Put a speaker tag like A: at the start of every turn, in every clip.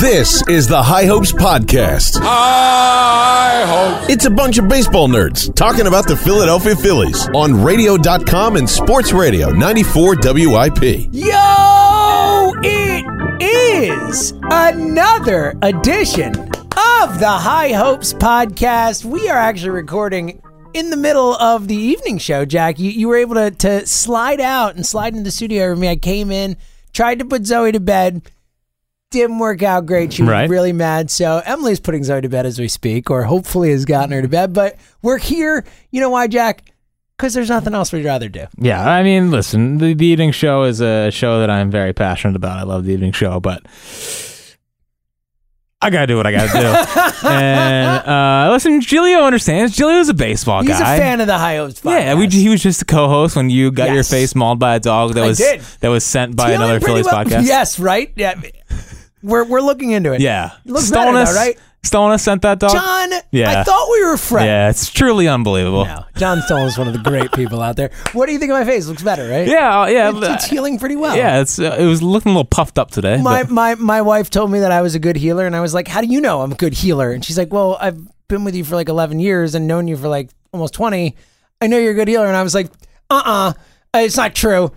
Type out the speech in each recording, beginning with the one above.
A: This is the High Hopes Podcast.
B: I hope.
A: It's a bunch of baseball nerds talking about the Philadelphia Phillies on radio.com and sports radio 94 WIP.
C: Yo, it is another edition of the High Hopes podcast. We are actually recording in the middle of the evening show, Jack. You, you were able to, to slide out and slide into the studio with me. I came in, tried to put Zoe to bed. Didn't work out great. She was
D: Right.
C: really mad. So Emily's putting Zoe to bed as we speak, or hopefully has gotten her to bed. But we're here. You know why, Jack? Because there's nothing else we'd rather do.
D: Yeah, I mean, listen, the, the evening show is a show that I'm very passionate about. I love the evening show, but I gotta do what I gotta do. and uh, listen, Gilio understands. Gilio's a baseball
C: He's
D: guy.
C: a fan of the High Hopes podcast.
D: yeah, we, he was just a co-host when you got your
C: Yes.
D: face mauled by a dog that
C: I
D: was
C: did.
D: that was sent by
C: Feeling
D: another
C: pretty
D: Phillies
C: well-
D: podcast.
C: Yes, right. Yeah, we're we're looking into it.
D: yeah.
C: Looks better now, right?
D: Stonus sent that dog.
C: John.
D: Yeah.
C: I thought we were friends.
D: yeah, it's truly unbelievable.
C: No, John Stone is one of the great people out there. What do you think of my face? Looks better, right?
D: Yeah, uh, yeah,
C: It's, it's healing pretty well.
D: yeah. It's uh, it was looking a little puffed up today.
C: My,
D: but-
C: my my wife told me that I was a good healer, and I was like, "How do you know I'm a good healer?" And she's like, "Well, I've been with you for like 11 years and known you for like almost 20. I know you're a good healer." And I was like, "Uh-uh, it's not true.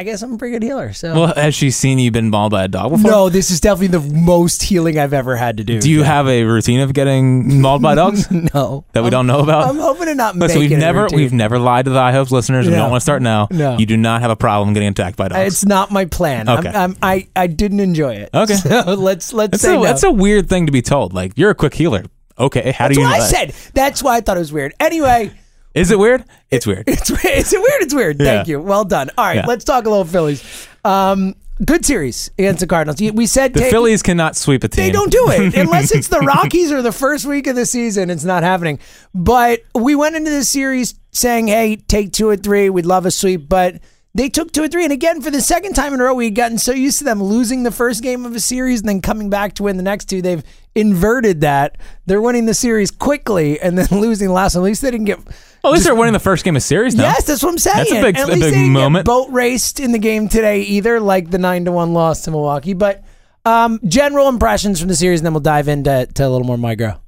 C: I guess I'm a pretty good healer." So
D: well, has she seen you been mauled by a dog before?
C: no, this is definitely the most healing I've ever had to do.
D: Do you have a routine of getting mauled by dogs
C: no
D: that we don't know about?
C: I'm hoping to not make
D: Oh. Listen, we've
C: it a
D: never
C: routine.
D: we've never lied to the I Hopes listeners. We
C: No.
D: don't want to start now.
C: No.
D: You do not have a problem getting attacked by dogs.
C: It's not my plan.
D: Okay.
C: I'm, i I I didn't enjoy it.
D: Okay.
C: So let's let's
D: that's,
C: say
D: a,
C: no.
D: that's a weird thing to be told. Like you're a quick healer. Okay, how
C: That's
D: do you
C: what
D: know
C: I
D: that?
C: said. That's why I thought it was weird. Anyway,
D: Is it weird? It's weird.
C: it's weird. It's weird. It's weird. Thank
D: Yeah.
C: you. Well done. All right,
D: Yeah.
C: let's talk a little Phillies. Um, good series against the Cardinals. We said
D: The
C: take-
D: Phillies cannot sweep a team.
C: They don't do it unless it's the Rockies or the first week of the season. It's not happening. But we went into this series saying, "Hey, take two or three. We'd love a sweep." But they took two or three, and again for the second time in a row, we had gotten so used to them losing the first game of a series and then coming back to win the next two. They've inverted that. They're winning the series quickly and then losing the last one. At least they didn't get.
D: Well, at least they're winning the first game of series now.
C: Yes, that's what I'm saying.
D: That's a big- a
C: At least
D: big
C: they didn't
D: moment.
C: Get boat raced in the game today either, like the nine to one loss to Milwaukee. But um, general impressions from the series, and then we'll dive into to a little more micro.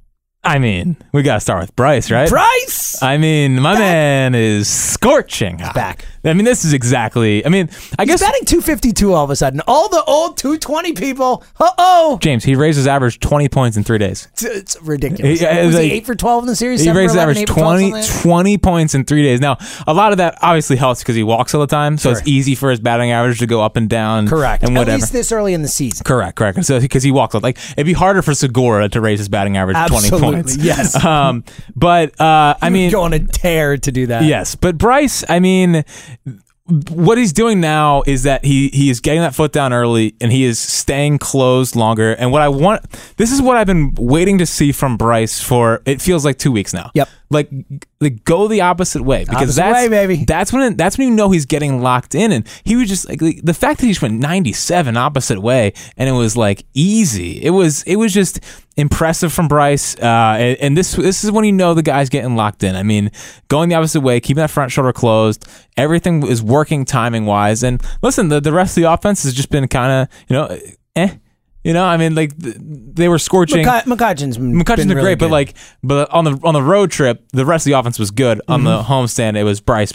D: I mean, we gotta start with Bryce, right?
C: Bryce,
D: I mean, my man is scorching hot.
C: back.
D: I mean, this is exactly. I mean, I
C: he's
D: guess
C: batting 252 all of a sudden. All the old 220 people. Uh oh,
D: James he raised his average twenty points in three days.
C: it's, it's ridiculous.
D: He- uh,
C: was
D: like-
C: he eight for 12 in the series?
D: He
C: Seven for
D: raised the
C: 11,
D: average
C: eight for 12,
D: 20,
C: something like that?
D: 20 points in three days. Now, a lot of that obviously helps because he walks all the time, so
C: Sure.
D: it's easy for his batting average to go up and down.
C: Correct.
D: And
C: At
D: whatever.
C: least this early in the season.
D: Correct, correct. And So because he walks, a lot. like it'd be harder for Segura to raise his batting average
C: Absolutely,
D: twenty points.
C: yes.
D: Um, but uh, I mean,
C: go on a tear to do that.
D: Yes, but Bryce, I mean, what he's doing now is that he he is getting that foot down early and he is staying closed longer. And what I want, this is what I've been waiting to see from Bryce for it feels like two weeks now.
C: Yep.
D: like like go the opposite way because
C: Opposite
D: that's
C: way, baby.
D: that's when that's when you know he's getting locked in. And he was just like the fact that he just went ninety seven opposite way and it was like easy. It was it was just impressive from Bryce. Uh, and, and this this is when you know the guy's getting locked in. I mean, going the opposite way, keeping that front shoulder closed. Everything is working timing wise. And listen, the the rest of the offense has just been kind of you know eh. You know, I mean, like th- they were scorching.
C: McCut- McCutcheon's been
D: McCutcheon's
C: really
D: been great,
C: good.
D: but like, but on the on the road trip, the rest of the offense was good. On the homestand, it was Bryce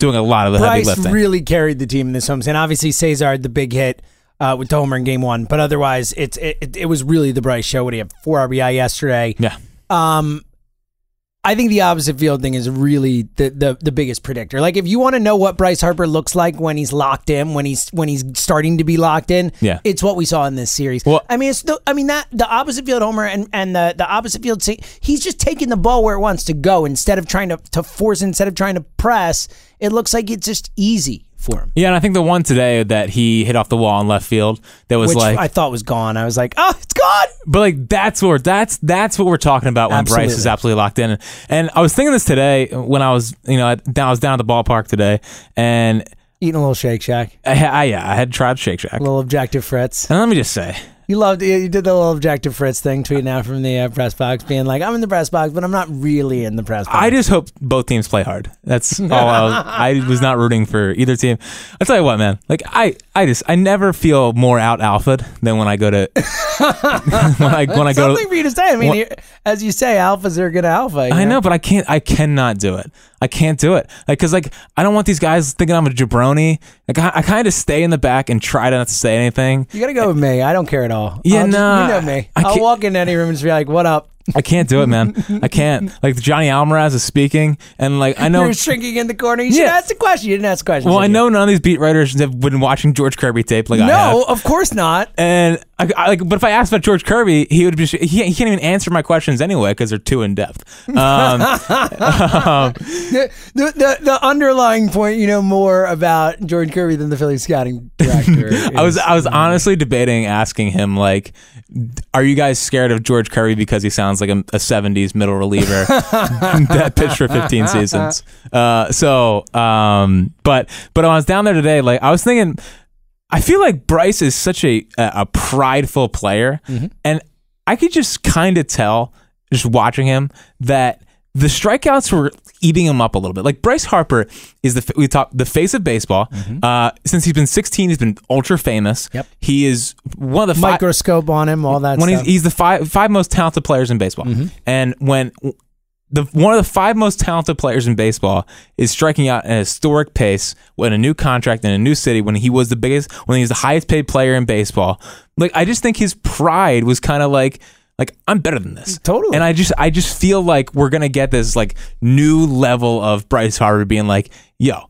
D: doing a lot of the heavy
C: Mm-hmm. Bryce
D: lifting.
C: really carried the team in this homestand. Obviously, Cesar the big hit uh, with the homer in game one, but otherwise, it's it, it, it was really the Bryce show. What he had four RBI yesterday.
D: yeah,
C: Um, I think the opposite field thing is really the, the the biggest predictor. Like, if you want to know what Bryce Harper looks like when he's locked in, when he's when he's starting to be locked in,
D: Yeah.
C: it's what we saw in this series.
D: Well-
C: I mean, it's the, I mean that the opposite field homer and and the the opposite field. se- He's just taking the ball where it wants to go instead of trying to to force, instead of trying to press. It looks like it's just easy for him,
D: yeah, and I think the one today that he hit off the wall in left field that was
C: which
D: like,
C: I thought was gone. I was like, oh, it's gone.
D: but like that's where that's that's what we're talking about when Bryce is absolutely
C: Absolutely.
D: locked in. And I was thinking this today when I was you know I, I was down at the ballpark today, and
C: Eating a little Shake Shack,
D: I, I yeah I had tried Shake Shack.
C: a little Objective Fritz.
D: And let me just say,
C: You loved you did the little objective Fritz thing, tweeting out from the uh, press box, being like, "I'm in the press box, but I'm not really in the press box."
D: I just hope both teams play hard. That's all. I was, I was not rooting for either team. I'll tell you what, man. Like I, I just I never feel more out alpha than when I go to when I when I go.
C: Something
D: To,
C: for you to say. I mean,
D: What-
C: you- as you say, alphas are gonna alpha. you
D: I know, but I can't. I cannot do it. I can't do it. Like, cause like I don't want these guys thinking I'm a jabroni. Like I, I kind of stay in the back and try not to say anything.
C: You gotta go with me. I don't care at all.
D: Yeah,
C: I'll just-
D: nah,
C: you know me.
D: I
C: I'll
D: can't-
C: walk into any room and just be like, "What up?"
D: I can't do it, man. I can't. Like Johnny Almaraz is speaking, and like I know
C: You're shrinking in the corner. You should
D: Yeah.
C: ask the question. You didn't ask questions.
D: Well, I know none of these beat writers have been watching George Kirby tape like I have.
C: No, of course not.
D: And I, I, like, but if I asked about George Kirby, he would just he, he can't even answer my questions anyway because they're too in depth. Um,
C: The, the, the, the underlying point you know more about George Kirby than the Philly scouting director.
D: I was I was honestly debating asking him like, are you guys scared of George Kirby because he sounds like a, a '70s middle reliever that pitched for 15 seasons? Uh, so, um, but but when I was down there today, like I was thinking, I feel like Bryce is such a a, a prideful player, and I could just kind of tell just watching him that the strikeouts were eating him up a little bit. Like Bryce Harper is the f- we talk the face of baseball. Uh, since he's been 16, he's been ultra famous.
C: Yep.
D: he is one of the five,
C: microscope on him, all that
D: when he's
C: stuff.
D: he's the five five most talented players in baseball. And when the one of the five most talented players in baseball is striking out at a historic pace when a new contract in a new city when he was the biggest when he was the highest paid player in baseball. Like I just think his pride was kind of like like I'm better than this.
C: Totally.
D: And I just I just feel like we're gonna get this like new level of Bryce Harper being like, yo,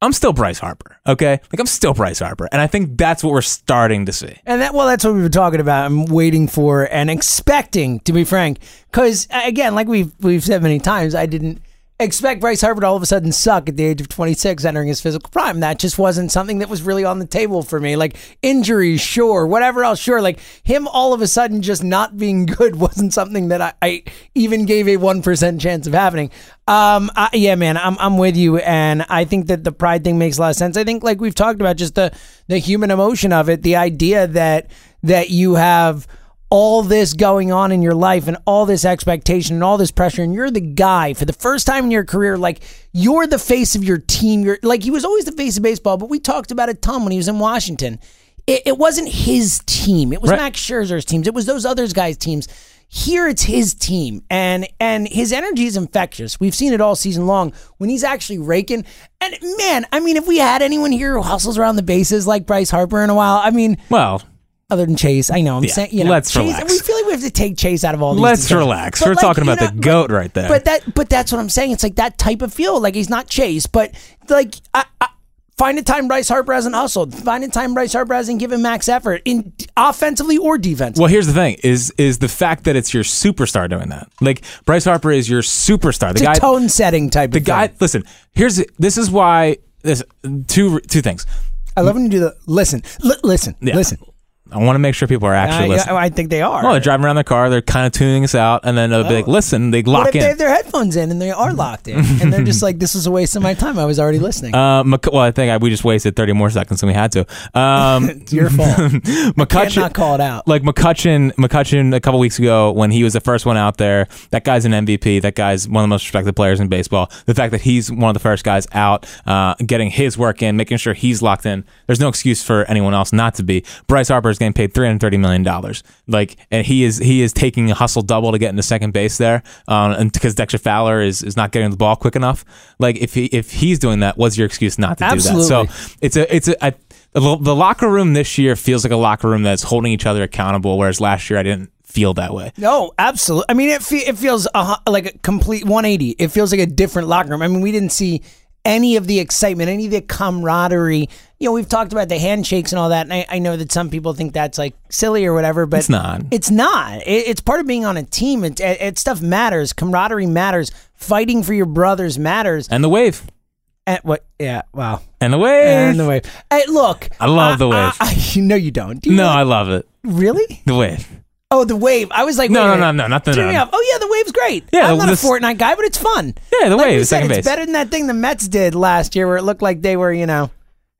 D: I'm still Bryce Harper. Okay? Like I'm still Bryce Harper. And I think that's what we're starting to see.
C: And that, well, that's what we've been talking about. I'm waiting for and expecting, to be frank, because again, like we've we've said many times, I didn't expect Bryce Harper to all of a sudden suck at the age of 26, entering his physical prime. That just wasn't something that was really on the table for me. Like injuries, sure, whatever else, sure. Like him all of a sudden just not being good wasn't something that I, I even gave a one percent chance of happening. Um, I, yeah, man, I'm I'm with you, and I think that the pride thing makes a lot of sense. I think like we've talked about just the the human emotion of it, the idea that that you have all this going on in your life and all this expectation and all this pressure and you're the guy for the first time in your career like you're the face of your team you're like he was always the face of baseball but we talked about it ton when he was in Washington it, it wasn't his team it was
D: Right.
C: Max Scherzer's teams it was those other guys teams here it's his team and and his energy is infectious we've seen it all season long when he's actually raking and man I mean if we had anyone here who hustles around the bases like Bryce Harper in a while I mean
D: Well,
C: other than Chase. I know I'm saying, you know,
D: let's
C: Chase,
D: relax.
C: We feel like we have to take Chase out of all these.
D: Let's
C: discussions.
D: relax.
C: But
D: We're
C: like,
D: talking
C: you
D: about
C: know,
D: the goat right there.
C: But that, but that's what I'm saying. It's like that type of feel. Like he's not Chase, but like I. I Find a time Bryce Harper hasn't hustled. Find a time Bryce Harper hasn't given max effort in offensively or defensively.
D: Well, here's the thing: is is the fact that it's your superstar doing that. Like Bryce Harper is your superstar. The
C: It's
D: guy,
C: a tone setting type
D: the
C: of
D: guy.
C: thing.
D: Listen, here's this is why this two two things.
C: I love when you do the listen, li- listen, listen.
D: I want to make sure people are
C: I,
D: actually listening.
C: I, I think they are.
D: Oh, they're driving around their car. They're kind of tuning us out, and then they'll be like, "Listen," they
C: Oh. what
D: lock
C: if they have
D: in.
C: their headphones in and they are locked in and they're just like, this was a waste of my time. I was already listening.
D: Uh, Mc- well, I think I, we just wasted 30 more seconds than we had to. Um,
C: it's your fault.
D: McCutcheon,
C: Can't not call it out.
D: Like McCutcheon, McCutcheon a couple weeks ago when he was the first one out there, that guy's an MVP. That guy's one of the most respected players in baseball. The fact that he's one of the first guys out, uh, getting his work in, making sure he's locked in. There's no excuse for anyone else not to be. Bryce Harper is getting paid 330 million dollars. Like, and he is he is taking a hustle double to get into second base there, um, and because Dexter Fowler is, is not getting the ball quick enough. Like, if he if he's doing that, what's your excuse not to do that?
C: Absolutely.
D: So it's a it's a I, the, the locker room this year feels like a locker room that's holding each other accountable whereas last year i didn't feel that way
C: No, absolutely. I mean, it fe- it feels a, hu- like a complete 180. It feels like a different locker room. I mean, we didn't see any of the excitement, any of the camaraderie. You know, we've talked about the handshakes and all that, and I, I know that some people think that's like silly or whatever, but
D: It's not.
C: It's not. It, it's part of being on a team. It, it, it stuff matters. Camaraderie matters. Fighting for your brothers matters.
D: and the wave
C: And what? Yeah. Wow.
D: and the wave
C: And the wave. Hey, look.
D: I love the wave.
C: I, no, you don't. Do you
D: no i love it
C: really?
D: the wave
C: Oh, the wave. I was like,
D: No,
C: wait a
D: no,
C: minute.
D: no, no, not the-
C: Turn
D: no.
C: me off. Oh yeah, the wave's great.
D: Yeah,
C: I'm not
D: this-
C: a Fortnite guy, but it's fun.
D: Yeah, the
C: like
D: wave,
C: we
D: second
C: said,
D: base.
C: It's better than that thing the Mets did last year, where it looked like they were, you know,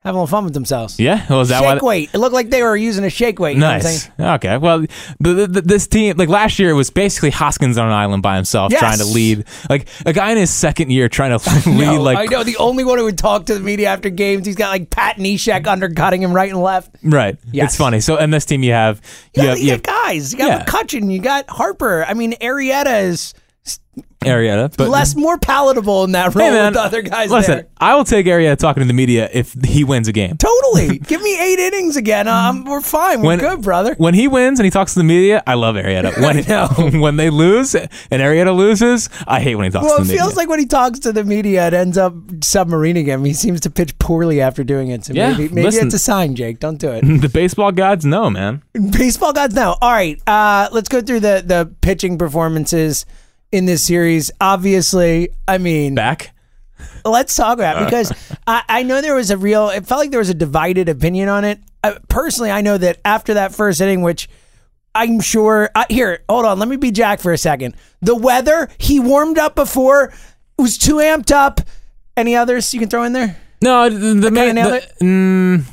C: have a little fun with themselves.
D: Yeah, well, is that why?
C: shake weight. It looked like they were using a shake weight. You know what I'm
D: Nice.
C: saying?
D: Okay. Well, the, the, this team, like last year, it was basically Hoskins on an island by himself,
C: Yes.
D: trying to lead, like a guy in his second year trying to lead,
C: No,
D: like
C: I know the only one who would talk to the media after games. He's got like Pat Neshek undercutting him right and left.
D: right.
C: Yes.
D: It's funny. So, and this team, you have you,
C: You,
D: have,
C: got, you
D: you
C: got
D: have
C: guys. You got
D: Yeah.
C: McCutcheon. You got Harper. I mean, Arietta is
D: Arietta, but
C: less more palatable in that role
D: Hey, man,
C: with the other guys
D: Listen,
C: there.
D: I will take Arietta talking to the media if he wins a game.
C: Totally. Give me eight innings again. Um, we're fine. We're
D: When-
C: good, brother.
D: When he wins and he talks to the media, I love Arietta. When when they lose and Arietta loses, I hate when he talks
C: Well,
D: to
C: it
D: the
C: feels
D: media.
C: like when he talks to the media, it ends up submarining him. He seems to pitch poorly after doing it. So
D: Yeah,
C: maybe, maybe
D: listen.
C: it's a sign, Jake. Don't do it.
D: the baseball gods know, man.
C: Baseball gods now. All right, uh, let's go through the the pitching performances in this series. Obviously, I mean,
D: Back.
C: let's talk
D: Uh.
C: about it because I, I know there was a real. It felt like there was a divided opinion on it. Uh, personally, I know that after that first inning, which I'm sure. Uh, here, hold on. Let me be Jack for a second. The weather. He warmed up before. Was too amped up. Any others you can throw in there?
D: No, the, the main
C: nailed
D: the- mm,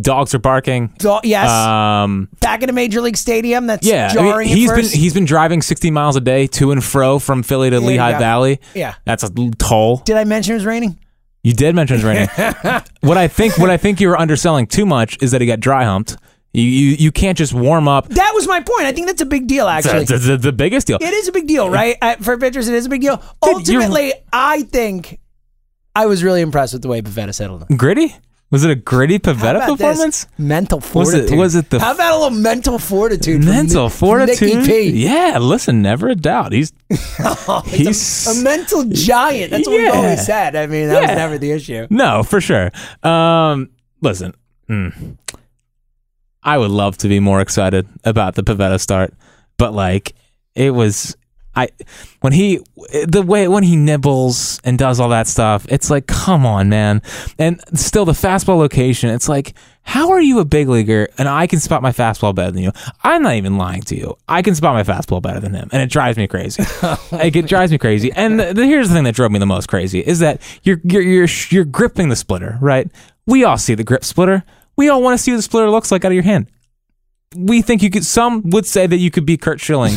D: dogs are barking.
C: So- yes.
D: Um,
C: Back at a major league stadium. That's
D: yeah, I mean,
C: jarring. at
D: he's been
C: first.
D: he's been driving 60 miles a day to and fro from Philly to
C: you
D: Lehigh
C: go.
D: Valley.
C: Yeah.
D: that's a l- toll.
C: Did I mention it was raining?
D: You did mention his raining. what I think what I think you were underselling too much is that he got dry humped. You you, you can't just warm up.
C: That was my point. I think that's a big deal, actually.
D: That's the, the, the biggest deal.
C: It is a big deal, right? I, for pitchers, it is a big deal.
D: Dude, you're-
C: Ultimately, I think I was really impressed with the way Pavetta settled in.
D: Gritty? Was it a gritty
C: How
D: Pavetta
C: about this?
D: performance?
C: Mental
D: Was it-
C: fortitude.
D: was it the-
C: How about a little mental fortitude? from
D: Mental
C: Nick-
D: fortitude.
C: Nicky P.
D: Yeah, listen, never a doubt. He's
C: Oh,
D: he's
C: A mental giant. That's what we've
D: Yeah.
C: always said. I mean, that
D: Yeah.
C: was never the issue.
D: No, for sure. Um, listen, mm, I would love to be more excited about the Pavetta start, but like it was, I when he the way when he nibbles and does all that stuff, it's like come on, man. And still the fastball location, it's like how are you a big leaguer and I can spot my fastball better than you? I'm not even lying to you. I can spot my fastball better than him, and it drives me crazy. like it drives me crazy. And the, the, here's the thing that drove me the most crazy is that you're you're you're sh- you're gripping the splitter, right? We all see the grip splitter. We all want to see what the splitter looks like out of your hand. We think you could. Some would say that you could be Kurt Schilling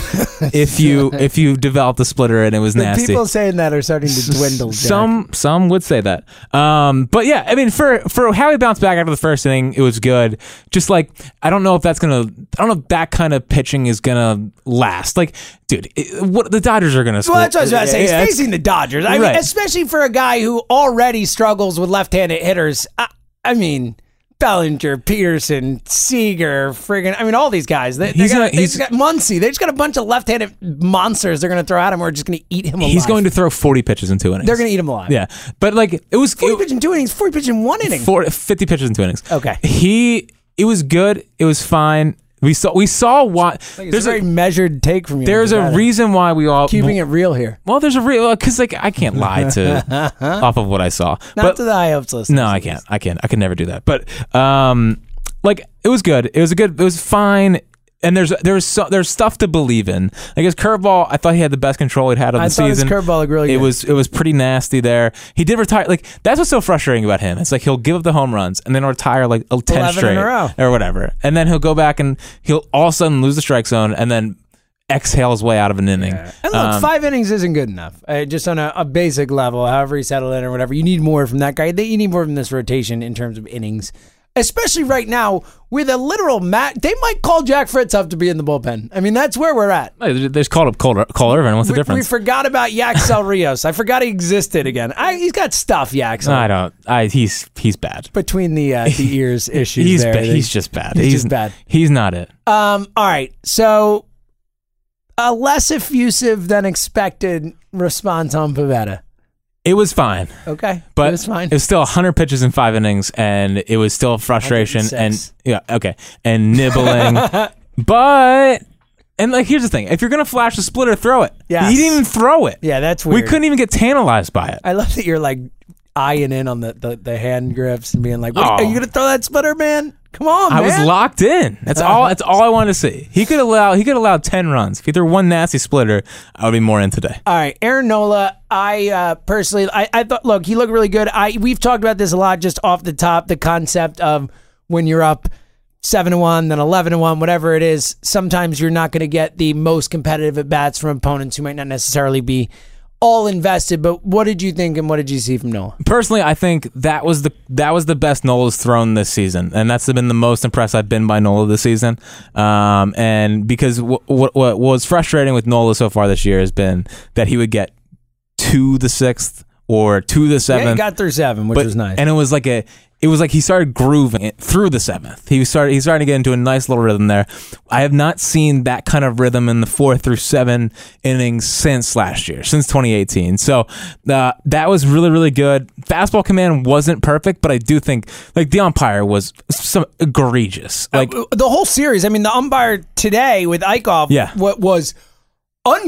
D: if you if you developed the splitter and it was
C: The
D: nasty.
C: people saying that are starting to dwindle. Jack.
D: Some some would say that. Um, but yeah, I mean, for for how he bounced back after the first inning, it was good. Just like I don't know if that's gonna, I don't know if that kind of pitching is gonna last. Like, dude, it, what the Dodgers are gonna.
C: Well, that's what I was about to say. He's
D: Yeah, it's-
C: facing the Dodgers. I
D: Right.
C: mean, especially for a guy who already struggles with left-handed hitters. I, I mean, Bellinger, Peterson, Seager, friggin' I mean, all these guys. They,
D: He's
C: he's got,
D: gonna-
C: they
D: he's-
C: just got Muncy. They just got a bunch of left-handed monsters. They're going to throw at him. We're just going to eat him alive.
D: He's going to throw 40 pitches in two innings.
C: They're going to eat him alive.
D: Yeah. But like it was
C: Forty
D: it-
C: pitch in two innings. Forty pitch in one inning.
D: four- 50 pitches in two innings.
C: Okay.
D: He it was good. It was fine. We saw we saw why
C: There's
D: there's
C: a very
D: a
C: measured take from you.
D: there's a reason why we all
C: keeping it real here.
D: Well, there's a real because like I can't lie to off of what I saw.
C: Not
D: but
C: to the high hopes list.
D: no, I can't. I can't. I can never do that. But um, like it was good. It was a good. It was fine. And there's there's so, there's stuff to believe in. Like his curveball, I thought he had the best control he'd had of
C: I
D: the
C: thought his
D: season.
C: curveball looked really
D: It
C: good.
D: was it was pretty nasty there. He did retire. Like that's what's so frustrating about him. It's like he'll give up the home runs and then retire like a ten
C: 11
D: straight
C: in a row.
D: or whatever, and then he'll go back and he'll all of a sudden lose the strike zone and then exhale his way out of an inning.
C: And look,
D: Um,
C: five innings isn't good enough. Uh, just on a, a basic level, however he settled in or whatever, you need more from that guy. They- You need more from this rotation in terms of innings, especially right now with a literal mat. They might call Jack Fritz up to be in the bullpen. I mean, that's where we're at.
D: Hey, They just called up Cole, Cole Irvin. What's the
C: We, we
D: difference?
C: forgot about Yaxel Rios. I forgot he existed again. I, he's got stuff, Yaxel.
D: I don't. I he's he's bad.
C: between the uh, the ears issues
D: He's
C: there.
D: ba-
C: They-
D: he's just bad.
C: he's just bad.
D: He's not it.
C: Um, all right. So a less effusive than expected response on Pavetta.
D: It was fine,
C: Okay.
D: but
C: it was fine.
D: still 100 pitches in five innings, and it was still frustration and
C: 106.
D: yeah, okay, and nibbling. but and like, here's the thing: if you're gonna flash the splitter, throw it.
C: Yes.
D: he didn't even throw it.
C: Yeah, that's
D: we
C: weird.
D: couldn't even get tantalized by it.
C: I love that you're like eyeing in on the, the, the hand grips and being like, what,
D: Oh.
C: "Are you gonna throw that splitter, man? Come on,
D: I
C: Oh, man. Uh-huh.
D: was locked in. That's all. That's all I wanted to see. He could allow. He could allow ten runs. If he threw one nasty splitter, I would be more in today.
C: All right, Aaron Nola. I uh, personally, I, I thought, look, he looked really good. I we've talked about this a lot, just off the top. The concept of when you're up seven to one, then eleven to one, whatever it is. Sometimes you're not going to get the most competitive at bats from opponents who might not necessarily be all invested. But what did you think, and what did you see from Nola?
D: Personally, I think that was the that was the best Nola's thrown this season, and that's been the most impressed I've been by Nola this season. Um, and because what what what was frustrating with Nola so far this year has been that he would get to the sixth or to the
C: Yeah, he
D: seventh.
C: got through seven, which
D: but-
C: was nice.
D: And it was like a, it was like he started grooving it through the seventh. He started, he started to get into a nice little rhythm there. I have not seen that kind of rhythm in the four through seven innings since last year, since 2018. So uh, that was really, really good. Fastball command wasn't perfect, but I do think like the umpire was some egregious. Like
C: the whole series. I mean, the umpire today with Eichhoff,
D: Yeah.
C: what was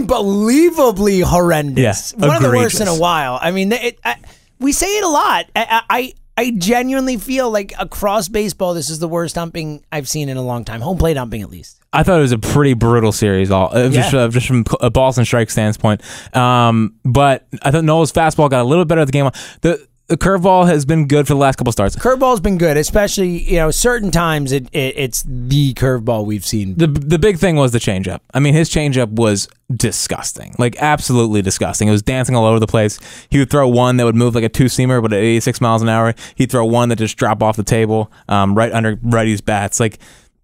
C: unbelievably horrendous.
D: Yeah,
C: one of the worst
D: egregious.
C: in a while. I mean, it, I, we say it a lot. I, I I- I genuinely feel like across baseball, this is the worst humping I've seen in a long time. Home plate humping, at least.
D: I thought it was a pretty brutal series, all uh, just,
C: Yeah.
D: uh, just from a balls and strike standpoint. Um, but I thought Noel's fastball got a little better at the game. The the curveball has been good for the last couple starts.
C: Curveball's been good, especially you know certain times. It, it it's the curveball we've seen.
D: The the big thing was the changeup. I mean, his changeup was disgusting, like absolutely disgusting. It was dancing all over the place. He would throw one that would move like a two seamer, but at 86 miles an hour, he'd throw one that just drop off the table, um, right under righty's bats. Like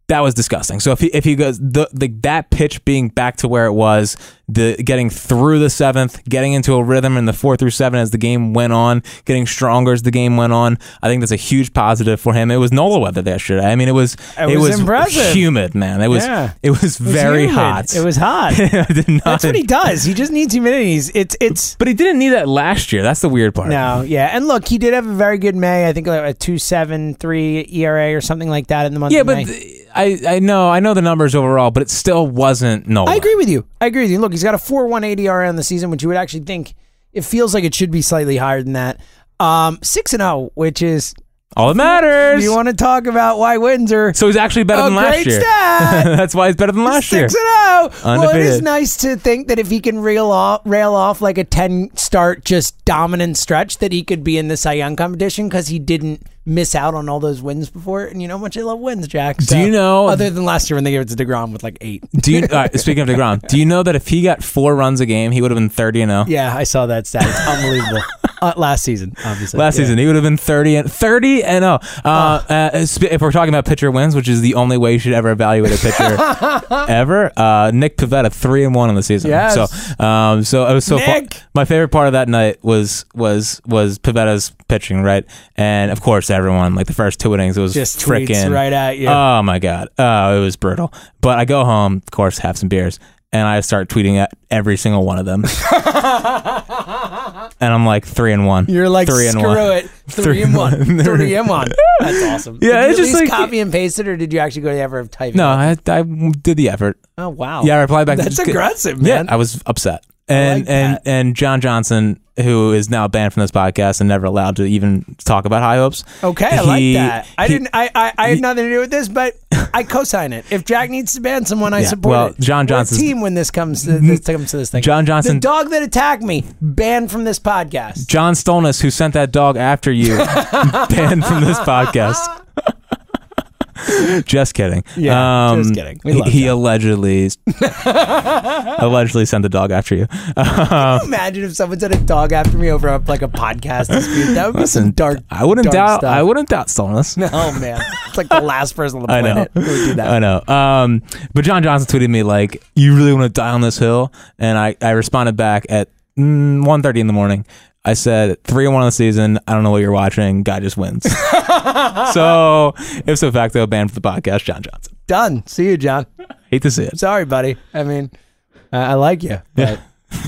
D: that was disgusting. So if he if he goes the like that pitch being back to where it was, the getting through the seventh, getting into a rhythm in the four through seven as the game went on, getting stronger as the game went on. I think that's a huge positive for him. It was Nola weather yesterday. I mean, it was
C: It was impressive.
D: humid, man. It was
C: Yeah.
D: it was
C: It was
D: very
C: humid.
D: hot.
C: It was hot.
D: I did not.
C: That's what he does. He just needs humidity. He's- It's it's
D: But he didn't need that last year. That's the weird part.
C: No, yeah, and look, he did have a very good May. I think like a two seven three ERA or something like that in the month.
D: Yeah,
C: of May.
D: but th- I I know I know the numbers overall, but it still wasn't Nola.
C: I agree with you. I agree with you. Look, he's got a four one eight ERA on the season, which you would actually think it feels like it should be slightly higher than that. Um, six and zero, which is
D: All that matters.
C: if you want to talk about why Windsor.
D: so he's actually better
C: a
D: than last
C: great
D: year.
C: stat.
D: That's why he's better than last year.
C: Six and zero. Well, it is
D: Undefeated.
C: nice to think that if he can reel off, rail off like a ten start just dominant stretch, that he could be in the Cy Young competition because he didn't miss out on all those wins before. And you know how much I love wins, Jack. So-
D: you know-
C: Other than last year when they gave it to Degrom with like eight.
D: Do you, all right, speaking of Degrom, do you know that if he got four runs a game, he would have been thirty and oh? zero.
C: Yeah, I saw that stat. It's unbelievable. uh, last season, obviously.
D: Last
C: Yeah. Ah.
D: season, he would have been 30 and 30 and 0. Uh, uh, sp- if we're talking about pitcher wins, which is the only way you should ever evaluate a pitcher ever, uh, Nick Pavetta 3 and 1 on the season.
C: Yes.
D: So um, so it was so fun.
C: Nick!
D: My favorite part of that night was was was Pavetta's pitching, right? And of course, everyone like the first two innings it was
C: Just tweets
D: freaking
C: right at you.
D: Oh my god. Oh, it was brutal. But I go home, of course, have some beers. And I start tweeting at every single one of them, and I'm like three and one.
C: You're like,
D: three and
C: screw
D: one.
C: it. Three, and one. Three and one. That's awesome.
D: Yeah,
C: did
D: it's
C: you at
D: just
C: least
D: like-
C: copy and paste it, or did you actually go to the effort of typing?
D: No,
C: it?
D: I, I did the effort.
C: Oh wow.
D: Yeah, I replied back.
C: That's aggressive, man.
D: Yeah, I was upset. And
C: like
D: and
C: that.
D: and John Johnson, who is now banned from this podcast and never allowed to even talk about high hopes.
C: Okay, I
D: he-
C: like that. I
D: he-
C: didn't. I, I, I had nothing to do with this, but I co-sign it. If Jack needs to ban someone, I
D: Yeah,
C: support
D: well,
C: it.
D: John
C: We're a
D: Johnson's-
C: team when this comes to this comes to this thing.
D: John Johnson-
C: the dog that attacked me, banned from this podcast.
D: John Stolness, who sent that dog after you, banned from this podcast. just kidding.
C: Yeah, just kidding. We
D: he-
C: love
D: he
C: John.
D: allegedly allegedly sent the dog after you. Uh,
C: Can you imagine if someone sent a dog after me over up like a podcast dispute? That would be some dark.
D: I wouldn't
C: dark
D: doubt.
C: Stuff.
D: I wouldn't doubt Stolness.
C: Oh man, it's like the last person on the
D: I know.
C: planet who would do that.
D: I know. Um, but John Johnson tweeted me like, "You really want to die on this hill?" And I, I responded back at mm, 1.30 in the morning. I said three and one on the season. I don't know what you're watching. Guy just wins. so if so facto banned for the podcast, John Johnson.
C: Done. See you, John.
D: Hate to see it.
C: Sorry, buddy. I mean, I, I like you, but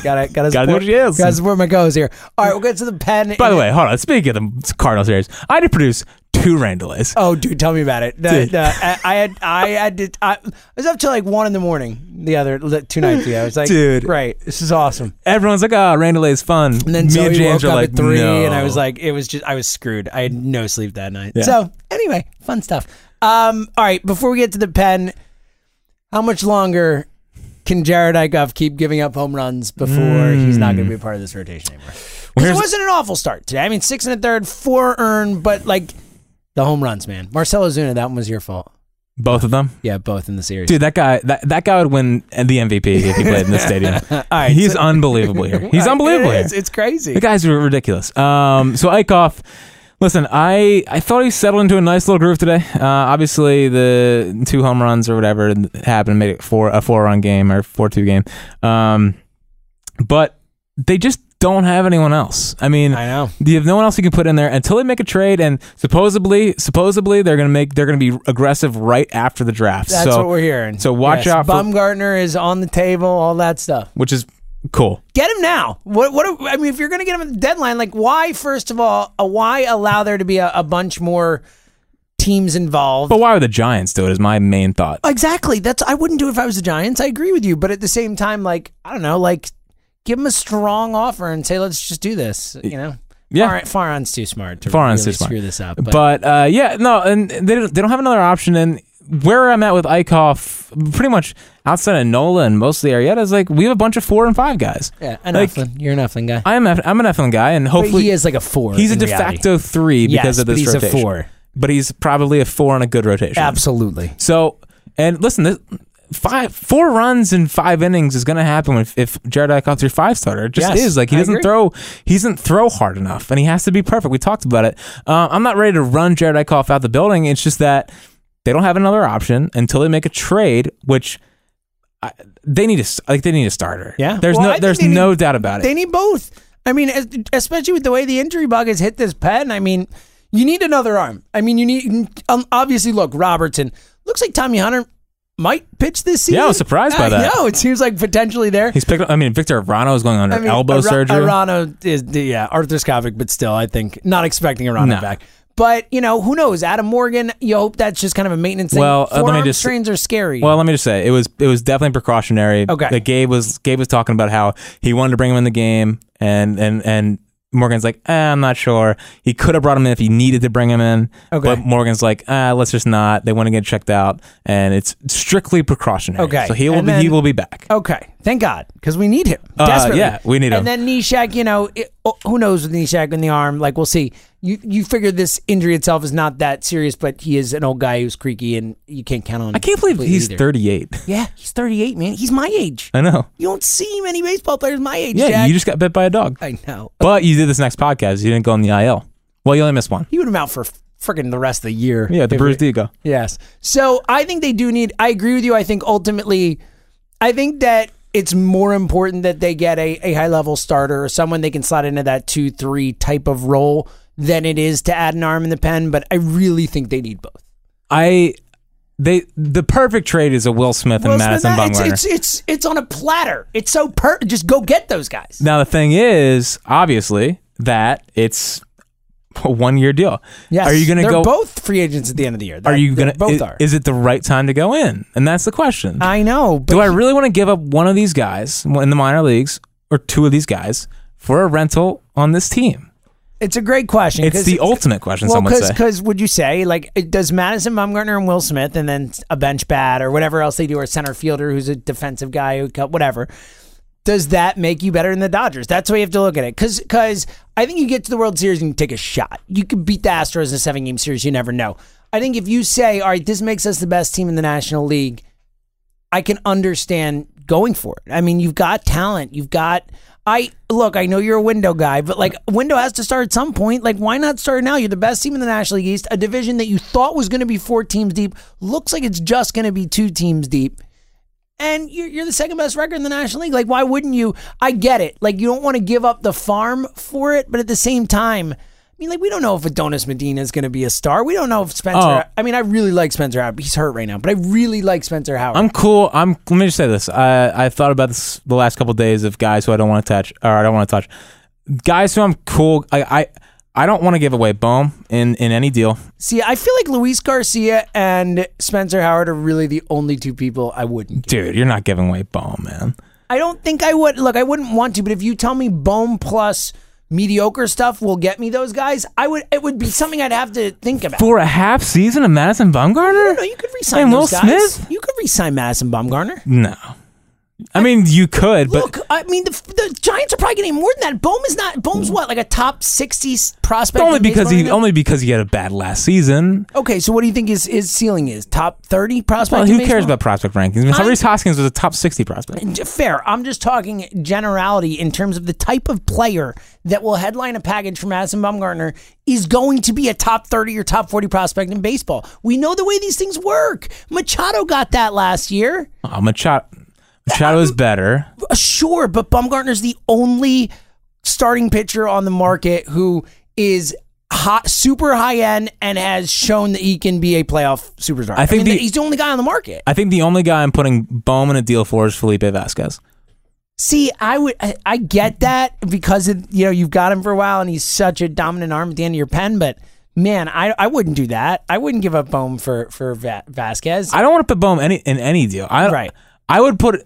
C: gotta
D: Gotta
C: gotta
D: do
C: support,
D: what you is.
C: gotta support my goes here. All right, we'll get to the pen.
D: By the way, hold on. Speaking of the Cardinal series, I had to produce two rain delays.
C: Oh, dude, tell me about it. The-
D: Dude.
C: the- I, I had, I had, to, I, I was up till like one in the morning the other the two nights ago. I was like,
D: Dude.
C: right, this is awesome.
D: Everyone's like, "Oh, rain delay is fun."
C: And then Zoe woke
D: are
C: up at three, and I
D: "No."
C: was like, it was just, I was screwed. I had no sleep that night.
D: Yeah.
C: So anyway, fun stuff. Um, all right, before we get to the pen, how much longer can Jared Eichhoff keep giving up home runs before he's not going to be a part of this rotation anymore? 'Cause it
D: Where's-
C: wasn't an awful start today. I mean, six and a third, four earned, but like the home runs, man. Marcelo Zuna, that one was your fault.
D: Both of them.
C: Yeah, both in the series.
D: Dude, that guy that, that guy would win the MVP if he played in this stadium.
C: right,
D: he's unbelievable here. He's unbelievable.
C: It
D: here.
C: is. It's crazy.
D: The guys are ridiculous. Um, so Eichhoff, listen, I I thought he settled into a nice little groove today. Uh, obviously, the two home runs or whatever happened made it four a four run game or four two game. Um, but they just don't have anyone else. I mean,
C: I know.
D: you have no one else you can put in there until they make a trade, and supposedly, supposedly they're gonna make they're gonna be aggressive right after the draft.
C: That's
D: so
C: what we're hearing.
D: so watch out for-
C: Baumgartner is on the table, all that stuff.
D: which is cool.
C: Get him now. What? What? I mean, if you're going to get him at the deadline, like why? First of all, uh, why allow there to be a, a bunch more teams involved?
D: But why would the Giants do it? Is my main thought.
C: exactly. That's I wouldn't do it if I was the Giants. I agree with you, but at the same time, like I don't know, like give him a strong offer and say, let's just do this. You know.
D: Yeah.
C: Far, Farhan's too smart to
D: Farhan's
C: really
D: too smart.
C: screw this up.
D: But, uh, yeah, no, and they don't, they don't have another option. And where I'm at with Eichhoff, pretty much outside of Nola and mostly Arietta, is like we have a bunch of four and five guys.
C: yeah, an
D: like-
C: Eflin. You're an Eflin guy.
D: I'm a, I'm an Eflin guy, and
C: but
D: hopefully
C: he is like a four.
D: he's a
C: in
D: de
C: reality.
D: facto three because
C: Yes,
D: of this
C: but he's a
D: rotation.
C: four.
D: but he's probably a four on a good rotation.
C: Absolutely.
D: So, and listen, this, five four runs in five innings is going to happen if, if Jared Eichhoff's your five starter. It just
C: Yes,
D: is like he
C: I
D: doesn't
C: agree.
D: throw he doesn't throw hard enough, and he has to be perfect. We talked about it. Uh, I'm not ready to run Jared Eichhoff out the building. It's just that they don't have another option until they make a trade, which. I, they need a like they need a starter.
C: Yeah.
D: there's
C: Well, I
D: no
C: think
D: there's
C: they need-
D: no doubt about it.
C: They need both. I mean, es- especially with the way the injury bug has hit this pen. I mean, you need another arm. I mean, you need um, obviously. Look, Robertson looks like Tommy Hunter might pitch this season.
D: Yeah, I was surprised by
C: I
D: that.
C: know it seems like potentially there.
D: He's picked. up- I mean, Victor Arano is going under
C: I mean,
D: elbow
C: Ara-
D: surgery.
C: Arano is yeah arthroscopic, but still, I think not expecting Arano
D: No.
C: back. But you know, who knows? Adam Morgan. You hope that's just kind of a maintenance
D: Well,
C: thing.
D: uh, let me
C: Forearm
D: just-
C: strains are scary.
D: Well, let me just say it was it was definitely precautionary.
C: Okay.
D: Like Gabe was Gabe was talking about how he wanted to bring him in the game, and and and Morgan's like, eh, I'm not sure. He could have brought him in if he needed to bring him in.
C: Okay.
D: But Morgan's like, ah, let's just not. They want to get checked out, and it's strictly precautionary.
C: Okay.
D: So he will
C: And
D: be, he
C: then-
D: will be back.
C: Okay, thank God, because we need him
D: Uh,
C: desperately.
D: yeah, we need him.
C: And then Nishak, you know, it, oh, who knows with Nishak in the arm? Like we'll see. You you figure this injury itself is not that serious, but he is an old guy who's creaky, and you can't count on. him
D: I can't believe
C: completely
D: he's
C: either.
D: 38.
C: Yeah, he's thirty eight, man. He's my age.
D: I know.
C: You don't see many baseball players my age.
D: Yeah,
C: Jack.
D: you just got bit by a dog.
C: I know.
D: But you did this next podcast. You didn't go on the IL. Well, you only missed one.
C: He would have been out for freaking the rest of the year.
D: Yeah, the
C: If
D: bruised
C: it-
D: ego.
C: Yes. So I think they do need. I agree with you. I think ultimately, I think that it's more important that they get a, a high level starter or someone they can slot into that two three type of role than it is to add an arm in the pen. But I really think they need both.
D: I they the perfect trade is a Will Smith and Madison
C: Well, it's,
D: Bumgarner.
C: it's it's it's on a platter. It's so per. Just go get those guys.
D: Now the thing is, obviously, that it's a one-year deal.
C: Yes.
D: Are you going to
C: They're
D: go?
C: both free agents at the end of the year.
D: are
C: They're-
D: you going
C: they're
D: to?
C: Both
D: Both
C: are.
D: Is it the right time to go in? And that's the question.
C: I know. But
D: Do I really want to give up one of these guys in the minor leagues or two of these guys for a rental on this team?
C: it's a great question.
D: It's
C: 'cause
D: the ultimate question.
C: Well,
D: some would
C: because
D: say.
C: because would you say like it- does Madison Bumgarner and Will Smith and then a bench bat or whatever else they do or a center fielder who's a defensive guy who cut whatever does that make you better than the Dodgers? That's why you have to look at it because I think you get to the World Series and you take a shot. You could beat the Astros in a seven game series. You never know. I think if you say all right, this makes us the best team in the National League. I can understand going for it. I mean, you've got talent. You've got I look, I know you're a window guy, but like window has to start at some point. Like why not start now? You're the best team in the National League East, a division that you thought was going to be four teams deep. Looks like it's just going to be two teams deep. And you're, you're the second best record in the National League. Like, why wouldn't you? I get it. Like, you don't want to give up the farm for it, but at the same time, I mean, like, we don't know if Adonis Medina is going to be a star. We don't know if Spencer.
D: Oh.
C: I mean, I really like Spencer Howard. He's hurt right now, but I really like Spencer Howard.
D: I'm cool. I'm. Let me just say this. I I thought about this the last couple of days of guys who I don't want to touch or I don't want to touch. Guys who I'm cool. I I, I don't want to give away Bohm in in any deal.
C: See, I feel like Luis Garcia and Spencer Howard are really the only two people I wouldn't. Give.
D: Dude, you're not giving away Bohm, man.
C: I don't think I would. Look, I wouldn't want to, but if you tell me Bohm plus mediocre stuff will get me those guys, I would it would be something I'd have to think about.
D: for a half season of Madison Bumgarner?
C: no, you could resign
D: And Will
C: those guys.
D: Smith?
C: You could resign Madison Bumgarner.
D: No. I mean, you could, but
C: Look, I mean the, the Giants are probably getting more than that. Bohm is not. Bohm's what like a top sixty s- prospect.
D: only
C: in
D: because
C: baseball
D: he
C: right now?
D: only because he had a bad last season.
C: Okay, so what do you think his his ceiling is? Top thirty prospect.
D: Well,
C: in
D: who cares
C: baseball?
D: about prospect rankings? I mean,
C: I-
D: Tyrese Hoskins was a top sixty prospect.
C: Fair. I'm just talking generality in terms of the type of player that will headline a package from Madison Bumgarner is going to be a top 30 or top 40 prospect in baseball. We know the way these things work. Machado got that last year.
D: Oh, Machado, Machado is better.
C: Uh, Sure, but Bumgarner's the only starting pitcher on the market who is hot, super high end and has shown that he can be a playoff superstar.
D: I think
C: mean,
D: the-
C: he's the only guy on the market.
D: I think the only guy I'm putting Bohm in a deal for is Felipe Vasquez.
C: See, I would, I, I get that because of, you know you've got him for a while, and he's such a dominant arm at the end of your pen. But man, I, I wouldn't do that. I wouldn't give up Bohm for for Va- Vasquez.
D: I don't want to put Bohm any in any deal. I,
C: Right.
D: I would put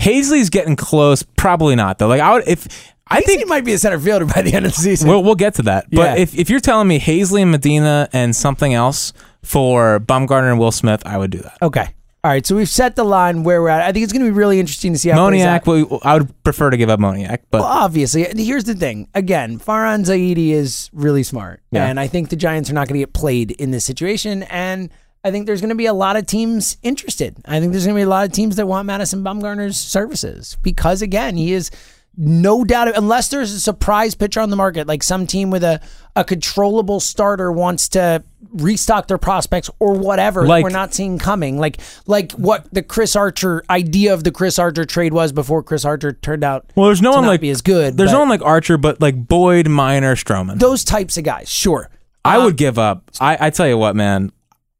D: Hazley's getting close. Probably not though. Like I would if I
C: I think
D: think
C: he might be a center fielder by the end of the season.
D: we'll we'll get to that. But
C: Yeah.
D: if if you're telling me Hazley and Medina and something else for Baumgartner and Will Smith, I would do that.
C: okay, all right. So we've set the line where we're at. I think it's going to be really interesting to see how it plays out.
D: Moniac, we, I would prefer to give up Moniac, but
C: Well, obviously, and here's the thing. Again, Farhan Zaidi is really smart,
D: Yeah.
C: and I think the Giants are not going to get played in this situation. And I think there's going to be a lot of teams interested. I think there's going to be a lot of teams that want Madison Bumgarner's services because, again, he is no doubt unless there's a surprise pitcher on the market, like some team with a a controllable starter wants to restock their prospects or whatever that
D: Like-
C: we're not seeing coming like like what the Chris Archer idea of the Chris Archer trade was before Chris Archer turned out
D: well, there's no
C: to
D: one
C: not
D: like
C: be as good.
D: There's
C: but
D: no one like Archer, but like Boyd, Miner, Stroman.
C: those types of guys. Sure,
D: I
C: Uh,
D: would give up. I, I tell you what, man,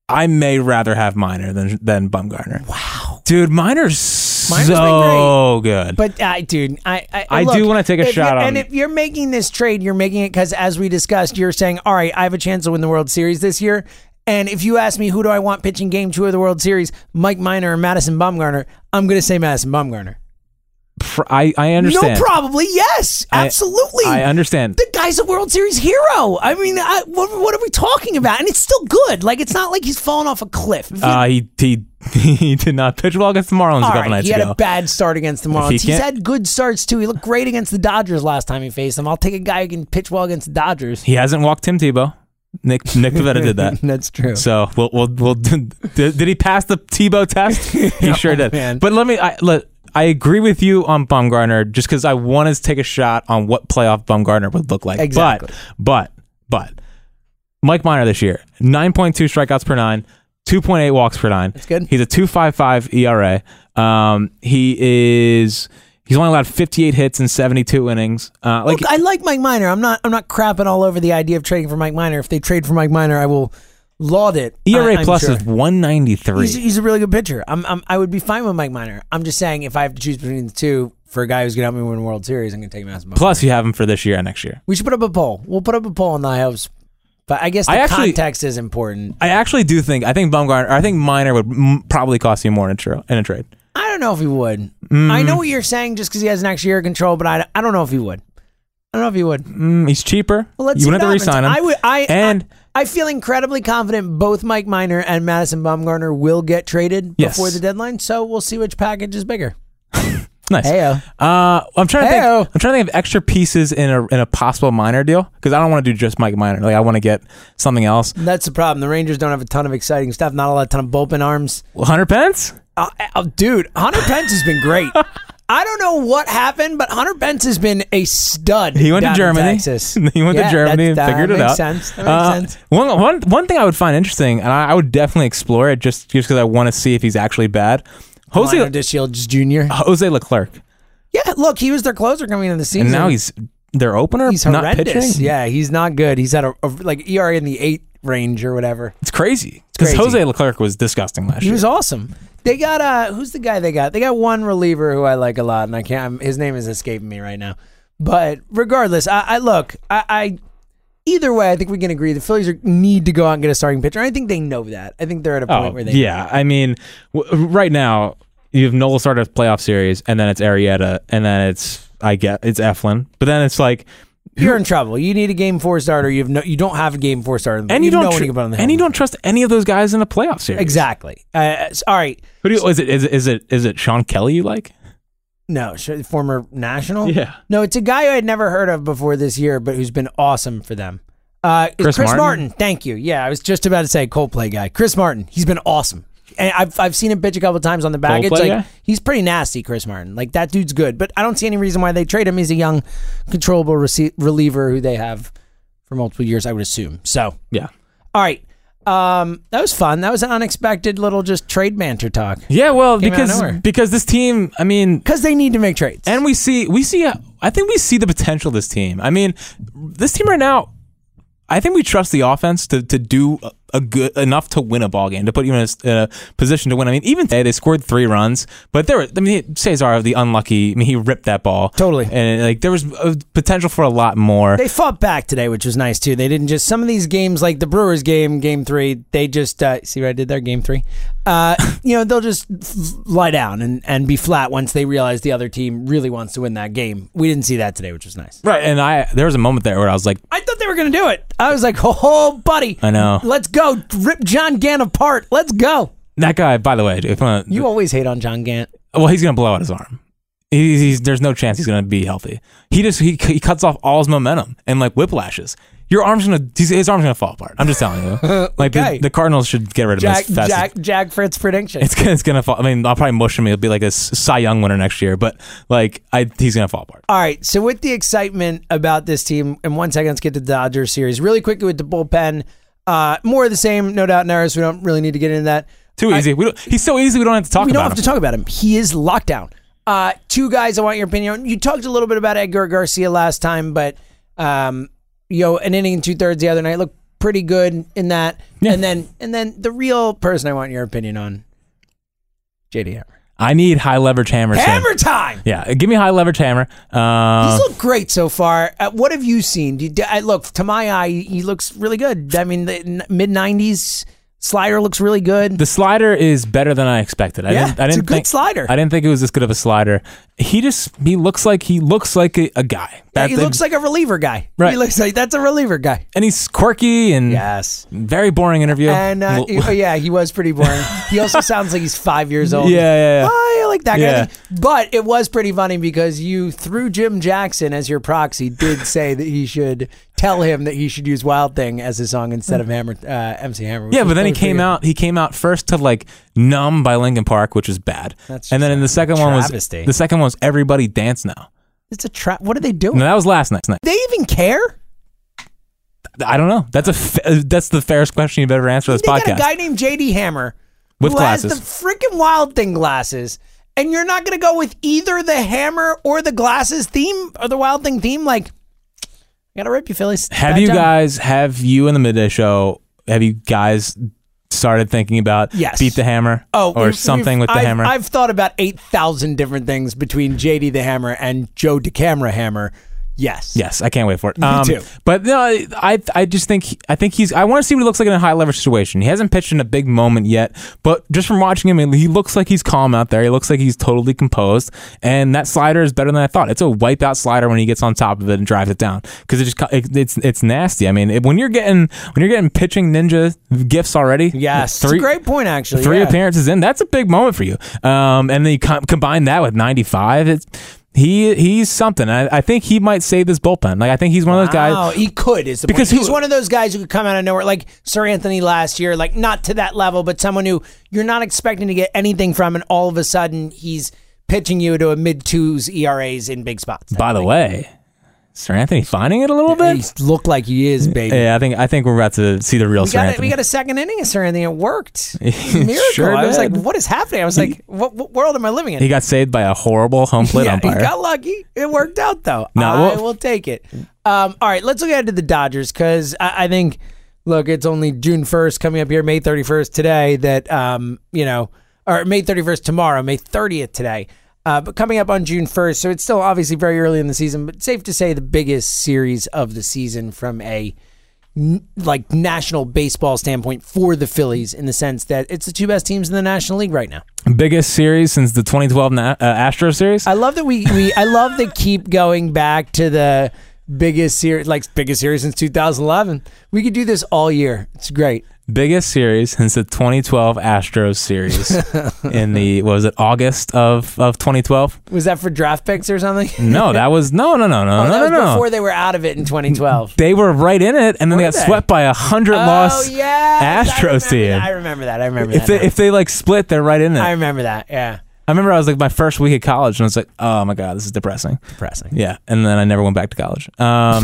D: I may rather have Miner than than Bumgarner. Wow, dude, Miner's,
C: Miner's been
D: so good.
C: but I, dude, I I,
D: I
C: look,
D: do wanna take a
C: if
D: shot
C: you're-
D: on-
C: And if you're making this trade, you're making it because, as we discussed, you're saying, all right, I have a chance to win the World Series this year. And if you ask me who do I want pitching Game Two of the World Series, Mike Miner or Madison Bumgarner, I'm going to say Madison Bumgarner.
D: Pr- I I understand.
C: No, probably yes,
D: I-
C: absolutely.
D: I understand.
C: the guy's a World Series hero. I mean, I, what, what are we talking about? And it's still good. Like it's not like he's fallen off a cliff. If you
D: Uh, he he he did not pitch well against the Marlins a
C: All
D: couple
C: right,
D: nights
C: he had
D: ago.
C: a bad start against the Marlins.
D: he
C: He's
D: can't-
C: had good starts too. He looked great against the Dodgers last time he faced them. I'll take a guy who can pitch well against the Dodgers.
D: he hasn't walked Tim Tebow. Nick Nick Pavetta did that.
C: That's true.
D: So we'll we'll, we'll did, did he pass the Tebow test? He sure did.
C: Oh, man.
D: But let me I let I agree with you on Bumgarner just because I want to take a shot on what playoff Bumgarner would look like.
C: Exactly.
D: But but but Mike Miner this year nine point two strikeouts per nine, two point eight walks per nine. That's
C: good.
D: He's a two five five ERA. Um, he is he's only allowed fifty eight hits in seventy two innings. Uh, like
C: Look, I like Mike Miner. I'm not. I'm not crapping all over the idea of trading for Mike Miner. If they trade for Mike Miner, I will laud it.
D: ERA
C: I, I'm
D: E plus
C: sure.
D: is one ninety
C: He's,
D: three.
C: he's a really good pitcher. I'm, I'm. I would be fine with Mike Miner. I'm just saying, if I have to choose between the two for a guy who's going to help me win a World Series, I'm going to take Madison. Bumgarner.
D: Plus you have him for this year and next year.
C: We should put up a poll. We'll put up a poll on the house. But I guess the
D: I actually-
C: context is important.
D: I actually do think I think Bumgarner. I think Miner would m- probably cost you more in a, tra- in a trade.
C: I don't know if he would.
D: Hmm.
C: I know what you're saying just because he has an extra year of control, but I, I don't know if he would. I don't know if he would.
D: Mm, he's cheaper.
C: Well, let's
D: you
C: see
D: wouldn't
C: what
D: have to resign
C: happens.
D: him.
C: I would. I
D: and
C: I, I feel incredibly confident both Mike Miner and Madison Bumgarner will get traded
D: Yes.
C: before the deadline. So we'll see which package is bigger.
D: nice.
C: Heyo.
D: Uh, I'm trying to
C: Heyo.
D: think. I'm trying to think of extra pieces in a in a possible Miner deal because I don't want to do just Mike Miner. Like I want to get something else.
C: That's the problem. The Rangers don't have a ton of exciting stuff. Not a lot, ton of bullpen arms.
D: Hunter Pence.
C: Uh, uh, dude, Hunter Pence has been great. I don't know what happened, but Hunter Pence has been a stud.
D: He went
C: down
D: to
C: in
D: Germany.
C: Texas.
D: he went
C: Yeah,
D: to Germany and
C: that's-
D: figured
C: that
D: it
C: makes
D: out.
C: Sense. That makes
D: Uh,
C: sense.
D: One, one, one thing I would find interesting, and I, I would definitely explore it just just because I want to see if he's actually bad.
C: Jose
D: Jose
C: De Shields Jr.
D: Jose Leclerc,
C: Yeah, look, he was their closer coming into the season.
D: and now he's their opener.
C: he's
D: not
C: horrendous.
D: pitching.
C: Yeah, he's not good. He's at a, a- like ERA in the eight range or whatever.
D: It's crazy. Because
C: crazy.
D: Jose Leclerc was disgusting last
C: He
D: year.
C: was awesome. They got uh, who's the guy they got? They got one reliever who I like a lot, and I can't. I'm, his name is escaping me right now. But regardless, I, I look, I, I either way, I think we can agree the Phillies are, need to go out and get a starting pitcher. I think they know that. I think they're at a point
D: Oh,
C: where they
D: yeah. I mean, w- right now, you have Nola Sardis playoff series, and then it's Arietta, and then it's, I get, it's Eflin. But then it's like,
C: you're in trouble. You need a game four starter. You have no, you don't have a game four starter,
D: and you,
C: know
D: don't tr-
C: anything about on the
D: and you
C: Hamilton.
D: don't trust any of those guys in a playoff series.
C: exactly. Uh, s- all right,
D: Who do you, is it? Is it is it is it Sean Kelly you like?
C: no, sh- former national.
D: Yeah.
C: no, it's a guy I had never heard of before this year, but who's been awesome for them. Uh, is
D: Chris
C: Chris Martin?
D: Martin?
C: Thank you. Yeah, I was just about to say Coldplay guy. Chris Martin. He's been awesome. And I've I've seen him bitch a couple times on the back. It's
D: Coldplay
C: like
D: guy?
C: he's pretty nasty, Chris Martin. Like that dude's good, but I don't see any reason why they trade him. He's a young, controllable rece- reliever who they have for multiple years, I would assume. So
D: Yeah.
C: All right. Um, that was fun. That was an unexpected little just trade banter talk.
D: Yeah, well,
C: Came out of
D: because
C: nowhere.
D: because this team, I mean,
C: Because they need to make trades.
D: and we see we see I think we see the potential of this team. I mean, this team right now, I think we trust the offense to to do a, a good enough to win a ball game, to put you in a, s- in a position to win. I mean, even today they scored 3 runs, but there were I mean, Cesar the unlucky, I mean, he ripped that ball.
C: Totally.
D: And like there was uh, potential for a lot more.
C: they fought back today, which was nice too. They didn't just some of these games like the Brewers game, game three. They just uh, see what I did there, game three. Uh, you know they'll just f- lie down and, and be flat once they realize the other team really wants to win that game. We didn't see that today, which was nice.
D: right, and I there was a moment there where I was like,
C: I thought they were going to do it. I was like, oh, buddy,
D: I know.
C: Let's go rip John Gant apart. Let's go.
D: that guy, by the way, if uh,
C: You always hate on John Gant.
D: Well, he's gonna blow out his arm. He's, he's, there's no chance he's gonna be healthy. He just he, he cuts off all his momentum and like whiplashes. Your arm's gonna he's, his arm's gonna fall apart. I'm just telling you. Like the,
C: Okay.
D: the Cardinals should get rid of
C: Jack
D: him as fast.
C: Jack
D: as,
C: Jack Fritz prediction.
D: it's gonna, it's gonna fall. I mean, I'll probably mush him. He'll be like a S- Cy Young winner next year, but like I he's gonna fall apart.
C: All right. So with the excitement about this team, in one second, let's get to the Dodgers series really quickly with the bullpen. Uh, more of the same, no doubt. Naris, we don't really need to get into that.
D: Too easy. we don't, he's so easy. We don't have to talk
C: We don't
D: about
C: have
D: him.
C: to talk about him. He is lockdown. Uh, two guys. I want your opinion. on. You talked a little bit about Edgar Garcia last time, but um, you know, an inning and two thirds the other night looked pretty good in that.
D: Yeah.
C: And then, and then the real person I want your opinion on, JD Hammer.
D: I need high leverage hammers. Sam.
C: Hammer time.
D: Yeah, give me a high leverage hammer. Uh,
C: He's looked great so far. Uh, what have you seen? Do you, I, look, to my eye, he looks really good. I mean, the mid 90s slider looks really good.
D: The slider is better than I expected. I
C: Yeah,
D: didn't, I
C: it's a
D: didn't
C: good
D: think,
C: slider.
D: I didn't think it was this good of a slider. He just he looks like he looks like a, a guy.
C: Yeah,
D: That
C: he
D: thing-
C: looks like a reliever guy.
D: Right.
C: He looks like that's a reliever guy.
D: and he's quirky and
C: Yes.
D: very boring interview.
C: And uh,
D: L-
C: he- oh, yeah, he was pretty boring. he also sounds like he's five years old.
D: Yeah, yeah, yeah.
C: I like that
D: Yeah.
C: guy. But it was pretty funny because you, through Jim Jackson as your proxy, did say that he should tell him that he should use Wild Thing as his song instead of Hammer uh, MC Hammer. which
D: Hmm. yeah,
C: was
D: but then he
C: pretty
D: came
C: good.
D: out. He came out first to like "Numb" by Linkin Park, which is bad.
C: That's
D: and then
C: just
D: in
C: a
D: the second one was
C: travesty.
D: the second one was "Everybody Dance Now."
C: It's a trap. What are they doing?
D: No, that was last night's night.
C: they even care?
D: I don't know. That's a fa- uh, that's the fairest question you've ever answered on this
C: They got
D: podcast.
C: a guy named JD Hammer
D: With
C: who has
D: glasses.
C: the freaking wild thing glasses, and you're not going to go with either the hammer or the glasses theme or the wild thing theme. Like, I got to rip you, Phillies.
D: Have
C: Bad
D: you
C: job.
D: guys? Have you in the midday show? Have you guys started thinking about
C: Yes.
D: beat the hammer?
C: Oh,
D: or
C: we've-
D: something
C: we've-
D: with the
C: I've,
D: hammer.
C: I've thought about eight thousand different things between JD the Hammer and Joe DeCamera Hammer. Yes.
D: yes, I can't wait for it. Um,
C: too.
D: But no, I- I I just think I think he's. I want to see what he looks like in a high leverage situation. He hasn't pitched in a big moment yet, but just from watching him, he looks like he's calm out there. He looks like he's totally composed, and that slider is better than I thought. It's a wipeout slider when he gets on top of it and drives it down because it just co- it, it's it's nasty. I mean, it, when you're getting when you're getting pitching ninja gifts already,
C: Yes. It's a
D: three
C: great point, actually.
D: three
C: yeah.
D: appearances in. That's a big moment for you. Um, and then you com- combine that with 95. It's he he's something. I, I think he might save this bullpen. Like I think he's one of those
C: Oh,
D: guys.
C: he could is the
D: Because
C: point. he's
D: who-
C: one of those guys who could come out of nowhere, like Sir Anthony last year, like not to that level, but someone who you're not expecting to get anything from, and all of a sudden he's pitching you to a mid twos ERAs in big spots.
D: By the way, Sir Anthony finding it a little
C: He
D: bit.
C: looked like he is, baby.
D: Yeah, I think I think we're about to see the real
C: We
D: Sir
C: got, a,
D: Anthony.
C: we got a second inning of Sir Anthony. It worked. Miracle.
D: Sure
C: I was like,
D: did.
C: what is happening? I was like, what, what world am I living in?
D: he got saved by a horrible home plate
C: yeah,
D: umpire.
C: he got lucky. It worked out though.
D: No,
C: I
D: well-
C: will take it. Um, all right, let's look ahead to the Dodgers because I, I think, look, it's only June first coming up here, May thirty first today. That um, you know, or May thirty first tomorrow, May thirtieth today. Uh, but coming up on June first, so it's still obviously very early in the season, but safe to say the biggest series of the season from a n- like national baseball standpoint for the Phillies in the sense that it's the two best teams in the National League right now.
D: Biggest series since the 2012 Na- uh, Astro series.
C: I love that we, we I love to keep going back to the biggest series, like biggest series since 2011. We could do this all year. It's great.
D: Biggest series since the 2012 Astros series in the what was it August of of 2012?
C: Was that for draft picks or something?
D: No, that was no no no no
C: Oh,
D: no
C: that
D: no
C: was
D: no.
C: before they were out of it in 2012.
D: they were right in it, and then they
C: Were
D: got
C: they?
D: swept by a hundred
C: oh
D: loss
C: yeah,
D: Astros team.
C: I remember that. I remember that.
D: If they, if they like split, they're right in it. I,
C: I remember that. Yeah,
D: remember I was like my first week at college, and I was like, oh my god, this is depressing.
C: depressing.
D: Yeah, and then I never went back to college. Um,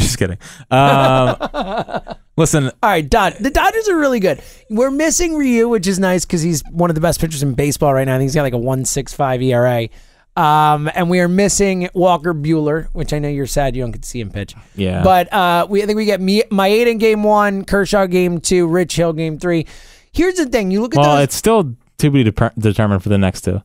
D: just kidding. Um, listen,
C: All right, Dod- the Dodgers are really good. We're missing Ryu, which is nice because he's one of the best pitchers in baseball right now. I think he's got like a one six five ERA. Um, and we are missing Walker Bueller, which I know you're sad you don't get to see him pitch.
D: Yeah.
C: But uh, we I think we get Mi- Maeda in game one, Kershaw game two, Rich Hill game three. Here's the thing: you look at
D: well,
C: those.
D: it's still to be deper determined for the next two.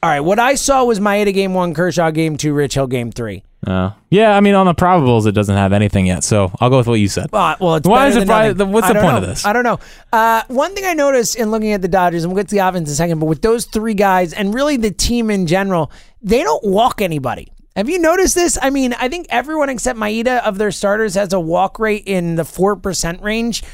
C: All right, what I saw was Maeda game one, Kershaw game two, Rich Hill game three.
D: Uh, yeah, I mean, on the probables, it doesn't have anything yet, so I'll go with what you said.
C: Uh, well, it's
D: Why
C: better
D: is it
C: than
D: probably-
C: nothing.
D: the- what's
C: I
D: the
C: don't
D: point
C: know.
D: of this?
C: I don't know. Uh, one thing I noticed in looking at the Dodgers, and we'll get to the offense in a second, but with those three guys and really the team in general, they don't walk anybody. Have you noticed this? I mean, I think everyone except Maeda of their starters has a walk rate in the four percent range.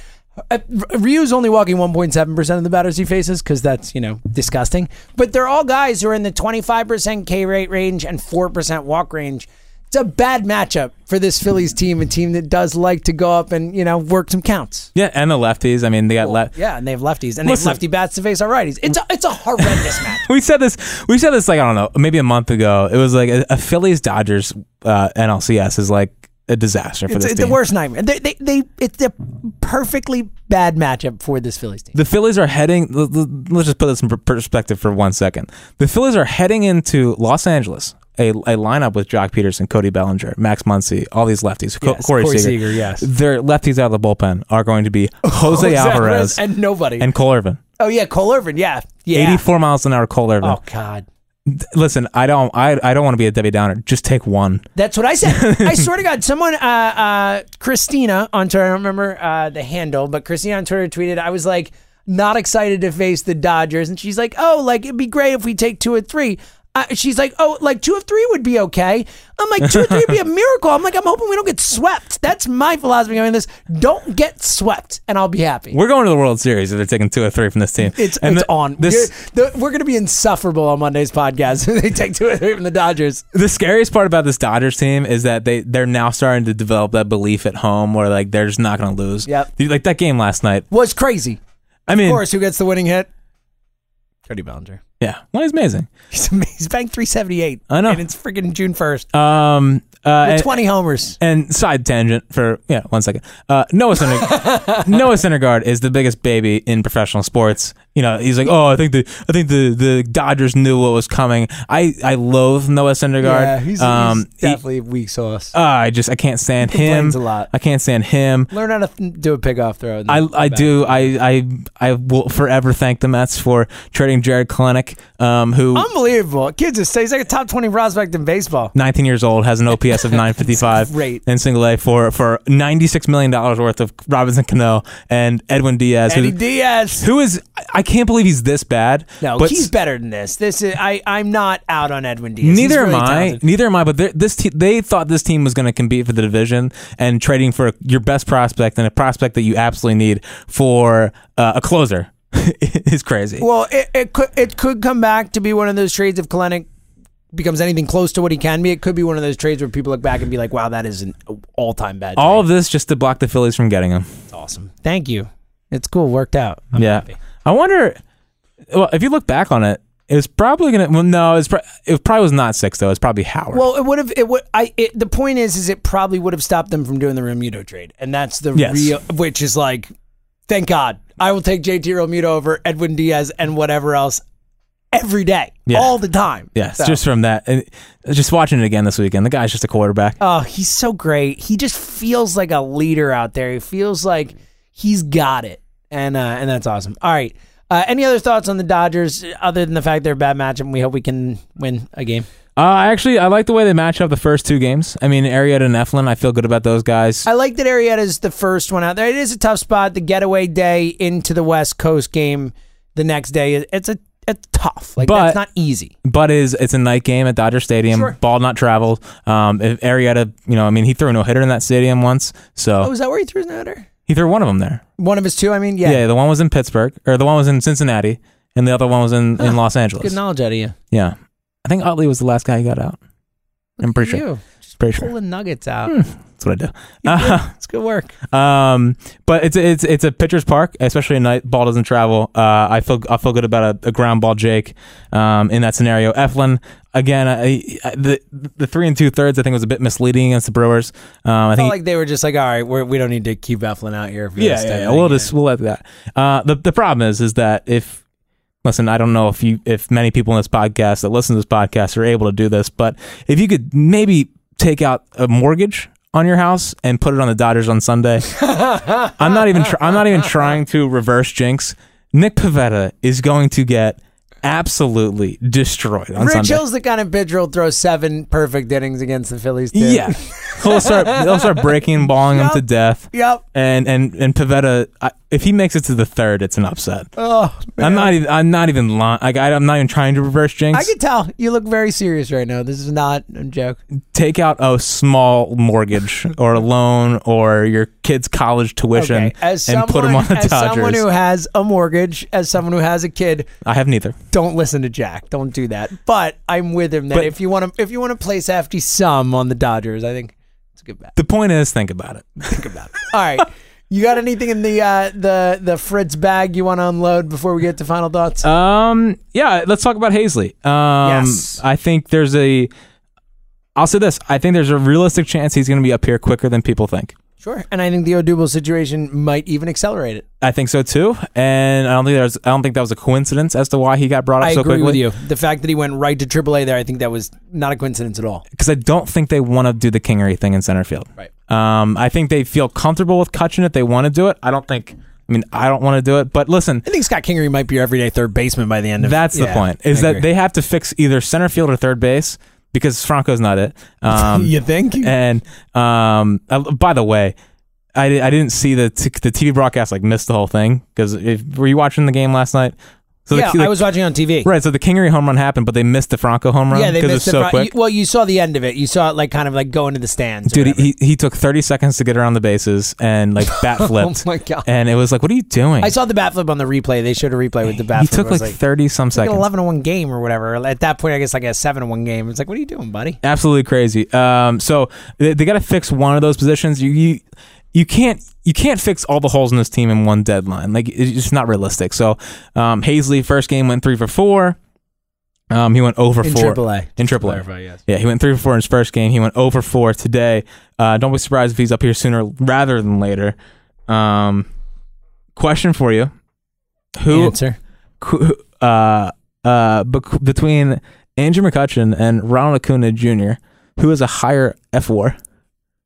C: Uh, R- Ryu's only walking 1.7% of the batters he faces because that's, you know, disgusting. But they're all guys who are in the 25% K rate range and 4% walk range. It's a bad matchup for this Phillies team, a team that does like to go up and, you know, work some counts.
D: Yeah, and the lefties. I mean, they got left.
C: Yeah, and they have lefties, and they have
D: Listen.
C: lefty bats to face our righties. It's a, it's a horrendous match.
D: We said this. We said this like I don't know, maybe a month ago. It was like a, a Phillies Dodgers uh, NLCS is like a disaster for
C: It's,
D: this
C: it's
D: team.
C: the worst nightmare. They, they, they, it's a perfectly bad matchup for this Phillies team.
D: the Phillies are heading. l- l- Let's just put this in per- perspective for one second. The Phillies are heading into Los Angeles, a, a lineup with Jock Peterson, Cody Bellinger, Max Muncy, all these lefties. Co-
C: Yes,
D: Corey,
C: Corey
D: Seager.
C: Seager, yes. Oh,
D: Their lefties out of the bullpen are going to be Jose, Alvarez and,
C: and nobody.
D: Cole Irvin.
C: oh, yeah, Cole Irvin. Yeah. Yeah.
D: 84 miles an hour, Cole Irvin.
C: Oh, God.
D: Listen, I don't, I, I don't want to be a Debbie Downer. Just take one.
C: That's what I said. I swear to God, someone, uh, uh, Christina on Twitter, I don't remember uh, the handle, but Christina on Twitter tweeted, I was like, not excited to face the Dodgers. And she's like, oh, like, it'd be great if we take two or three. Uh, she's like, oh, like two of three would be okay. I'm like, two or three would be a miracle. I'm like, I'm hoping we don't get swept. That's my philosophy going this. Don't get swept, and I'll be happy.
D: We're going to the World Series if they're taking two or three from this team.
C: It's
D: And
C: it's
D: th-
C: on.
D: This,
C: You're- the- we're going to be insufferable on Monday's podcast if they take two or three from the Dodgers.
D: the scariest part about this Dodgers team is that they they're now starting to develop that belief at home where like they're just not going to lose.
C: Yep.
D: Dude, Like that game last night.
C: Was crazy.
D: I mean,
C: Of course, who gets the winning hit? Cody Bellinger.
D: yeah, well, he's amazing.
C: He's amazing. He's banked 378.
D: I know.
C: And it's freaking June 1st.
D: Um, uh,
C: With
D: and,
C: 20 homers.
D: and side tangent for yeah, one second. Uh, Noah Syndergaard, Noah Syndergaard is the biggest baby in professional sports. You know, he's like, oh, I think the I think the, the Dodgers knew what was coming. I I loathe Noah Syndergaard. Um, he-
C: definitely weak sauce.
D: uh, I just I can't stand him.
C: complains a lot.
D: I can't stand him.
C: Learn how to th- do a pickoff throw. in the
D: I, I
C: back.
D: do I, I I will forever thank the Mets for trading Jared Klenick, um, who
C: Unbelievable. Kid's just he's like a top 20 prospect in baseball.
D: 19 years old has an OPS of 955
C: Great.
D: in single A for for 96 million dollars worth of Robinson Cano and Edwin Diaz,
C: Eddie
D: who,
C: Diaz.
D: who is I- I can't believe he's this bad.
C: No,
D: but
C: he's better than this. This is I. I'm not out on Edwin Diaz. He's
D: Neither
C: really
D: am I.
C: talented.
D: Neither am I. But they're- this te- they thought this team was going to compete for the division, and trading for your best prospect and a prospect that you absolutely need for uh, a closer is crazy.
C: Well, it, it could it could come back to be one of those trades if Kalenic becomes anything close to what he can be. It could be one of those trades where people look back and be like, "Wow, that is an all time bad."
D: All of this just to block the Phillies from getting him.
C: That's awesome. Thank you. It's cool. Worked out. I'm
D: yeah.
C: happy.
D: I wonder. Well, if you look back on it, it was probably gonna. Well, no, it's pro- it probably was not six though. It's probably Howard.
C: Well, it would have. It would. I. It, the point is, is it probably would have stopped them from doing the Romuto trade, and that's the
D: Yes.
C: real, which is like, thank God, I will take JT Romuto over Edwin Diaz and whatever else every day,
D: Yeah.
C: all the time.
D: yes,
C: So-
D: just from that. And just watching it again this weekend, the guy's just a quarterback.
C: Oh, he's so great. He just feels like a leader out there. He feels like he's got it, and uh, and that's awesome. All right. Uh, any other thoughts on the Dodgers other than the fact they're a bad matchup? and We hope we can win a game.
D: Uh, actually, I like the way they match up the first two games. I mean, Arietta and Eflin, I feel good about those guys.
C: I like that Arietta is the first one out there. It is a tough spot. The getaway day into the West Coast game the next day. It's a that's tough. Like
D: But-
C: that's not easy.
D: But it is it's a night game at Dodger Stadium.
C: Sure.
D: Ball not travel. Um, if Arietta, you know, I mean, he threw a no hitter in that stadium once, so
C: Oh, is that where he threw his header?
D: he threw one of them there.
C: One of his two. I mean,
D: Yeah.
C: yeah.
D: the one was in Pittsburgh, or the one was in Cincinnati, and the other one was in, in Los
C: Good
D: Angeles.
C: knowledge out of you.
D: Yeah, I think Utley was the last guy who got out. I'm pretty sure.
C: You
D: Pretty sure.
C: pulling nuggets out.
D: That's what I do. Uh,
C: It's good work.
D: Um, but it's it's it's a pitcher's park, especially at night. Ball doesn't travel. Uh, I feel I feel good about a, a ground ball, Jake. Um, in that scenario, Eflin again. I, I, the the three and two thirds I think was a bit misleading against the Brewers. Um, I
C: felt
D: think.
C: like they were just like, all right, we're, we don't need to keep Eflin out here. For
D: yeah,
C: this
D: yeah,
C: type
D: yeah,
C: of
D: we'll
C: thing,
D: just we'll let that. Uh, the the problem is is that if listen, I don't know if you if many people in this podcast that listen to this podcast are able to do this, but if you could maybe take out a mortgage on your house and put it on the Dodgers on Sunday, I'm not even try- I'm not even trying to reverse jinx. Nick Pavetta is going to get absolutely destroyed on
C: Rich
D: Sunday.
C: Hill's the kind of pitcher who'll throw seven perfect innings against the Phillies. Too.
D: Yeah, he'll start he'll start breaking and balling him to
C: Yup.
D: death.
C: Yep.
D: And and and Pavetta, I, if he makes it to the third, it's an upset.
C: Oh,
D: I'm not even. I'm not even lying. Like, I, I'm not even trying to reverse jinx.
C: I can tell you look very serious right now. This is not a joke.
D: Take out a small mortgage or a loan or your kid's college tuition
C: As someone,
D: and put him on the
C: as someone
D: Dodgers.
C: who has a mortgage, as someone who has a kid,
D: I have neither.
C: don't listen to Jack. Don't do that. But I'm with him that
D: But-
C: if you want to, if you want to place a hefty sum on the Dodgers, I think it's a good bet.
D: The point is, think about it.
C: All right. You got anything in the uh, the the Fritz bag you want to unload before we get to final thoughts?
D: Um, yeah, let's talk about Hazley. Um,
C: Yes.
D: I think there's a. I'll say this. I think there's a realistic chance he's going to be up here quicker than people think.
C: sure. And I think the Odubel situation might even accelerate it.
D: I think so too, and I don't think there's. I don't think that was a coincidence as to why he got brought up
C: I
D: so
C: agree
D: quickly.
C: with you. The fact that he went right to AAA there, I think that was not a coincidence at all.
D: because I don't think they want to do the Kingery thing in center field.
C: Right.
D: Um, I think they feel comfortable with Cutchin if they want to do it. I don't think. I mean, I don't want to do it. But listen,
C: I think Scott Kingery might be your everyday third baseman by the end of
D: that's the
C: Yeah,
D: point. Is
C: I
D: that
C: agree.
D: they have to fix either center field or third base because Franco's not it. Um,
C: you think?
D: And um, uh, by the way, I, di- I didn't see the t- the TV broadcast. Like missed the whole thing because were you watching the game last night? So
C: yeah,
D: the, the-
C: I was watching on TV.
D: right. So the Kingery home run happened, but they missed the Franco home run
C: Yeah, they
D: because it was
C: missed
D: so
C: it.
D: quick.
C: well, you saw the end of it. You saw it like kind of like going to the stands. or
D: Dude,
C: whatever.
D: he, he took 30 seconds to get around the bases and like bat flipped.
C: Oh my God.
D: And it was like, what are you doing?
C: I saw the bat flip on the replay. They showed a replay with the bat
D: he
C: flip.
D: took
C: I was
D: like 30 some
C: like an
D: seconds.
C: 11 to 1 game or whatever. At that point, I guess like a 7 to 1 game. It's like, what are you doing, buddy?
D: Absolutely crazy. Um, so they, they got to fix one of those positions. You, you you can't you can't fix all the holes in this team in one deadline. Like it's just not realistic. So um, Hazley first game went three for four. Um, he went over
C: In
D: four
C: AAA.
D: in triple A. Yeah, he went three for four in his first game. He went over four today. Uh, don't be surprised if he's up here sooner rather than later. Um, question for you: Who
C: Answer.
D: qu- uh, uh, bec- between Andrew McCutcheon and Ronald Acuna Jr., who is a higher F war?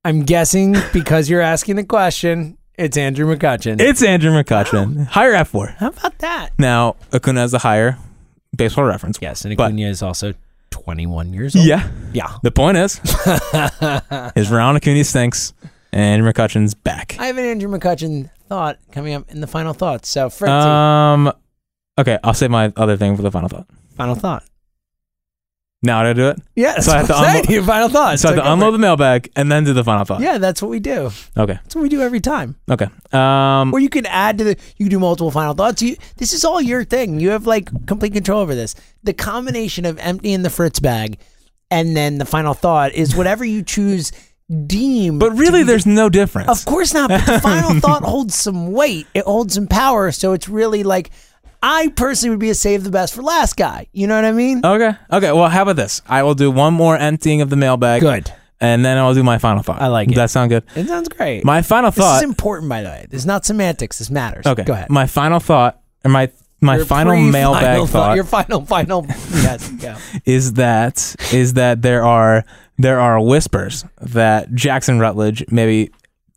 C: I'm guessing because you're asking the question, it's Andrew McCutcheon.
D: It's Andrew McCutcheon, higher F war.
C: How about that?
D: Now Acuna has a higher baseball reference.
C: Yes, and
D: But-
C: Acuna is also 21 years old.
D: Yeah.
C: Yeah.
D: The point is, is Ronald Acuna stinks, and Andrew McCutcheon's back.
C: I have an Andrew McCutcheon thought coming up in the final thoughts. So, Fritzy,
D: Um. Okay, I'll save my other thing for the final thought.
C: final thought.
D: Now do I do it?
C: Yeah, that's
D: So I
C: what
D: have
C: I'm
D: to
C: saying.
D: unlo-
C: Your final thoughts.
D: so I have
C: Took
D: to
C: over.
D: unload the mailbag and then do the final thought.
C: Yeah, that's what we do.
D: Okay.
C: That's what we do every time.
D: Okay. Um.
C: Or you can add to the. You can do multiple final thoughts. You, this is all your thing. You have like complete control over this. The combination of emptying the Fritz bag, and then the final thought is whatever you choose. Deem,
D: But really, there's no difference.
C: Of course not. But the final thought holds some weight. It holds some power. So it's really like, I personally would be a save the best for last guy. You know what I mean?
D: Okay. Okay. Well, how about this? I will do one more emptying of the mailbag.
C: Good.
D: And then I'll do my final thought.
C: I like it.
D: Does that sound good?
C: It sounds great.
D: My final
C: this
D: thought.
C: is important, by the way. This is not semantics. This matters.
D: okay.
C: Go ahead.
D: My final thought, or my my
C: Your
D: final
C: pre-
D: mailbag
C: final
D: thought,
C: Your final, final. yes. Go.
D: is that is that there are there are whispers that Jackson Rutledge maybe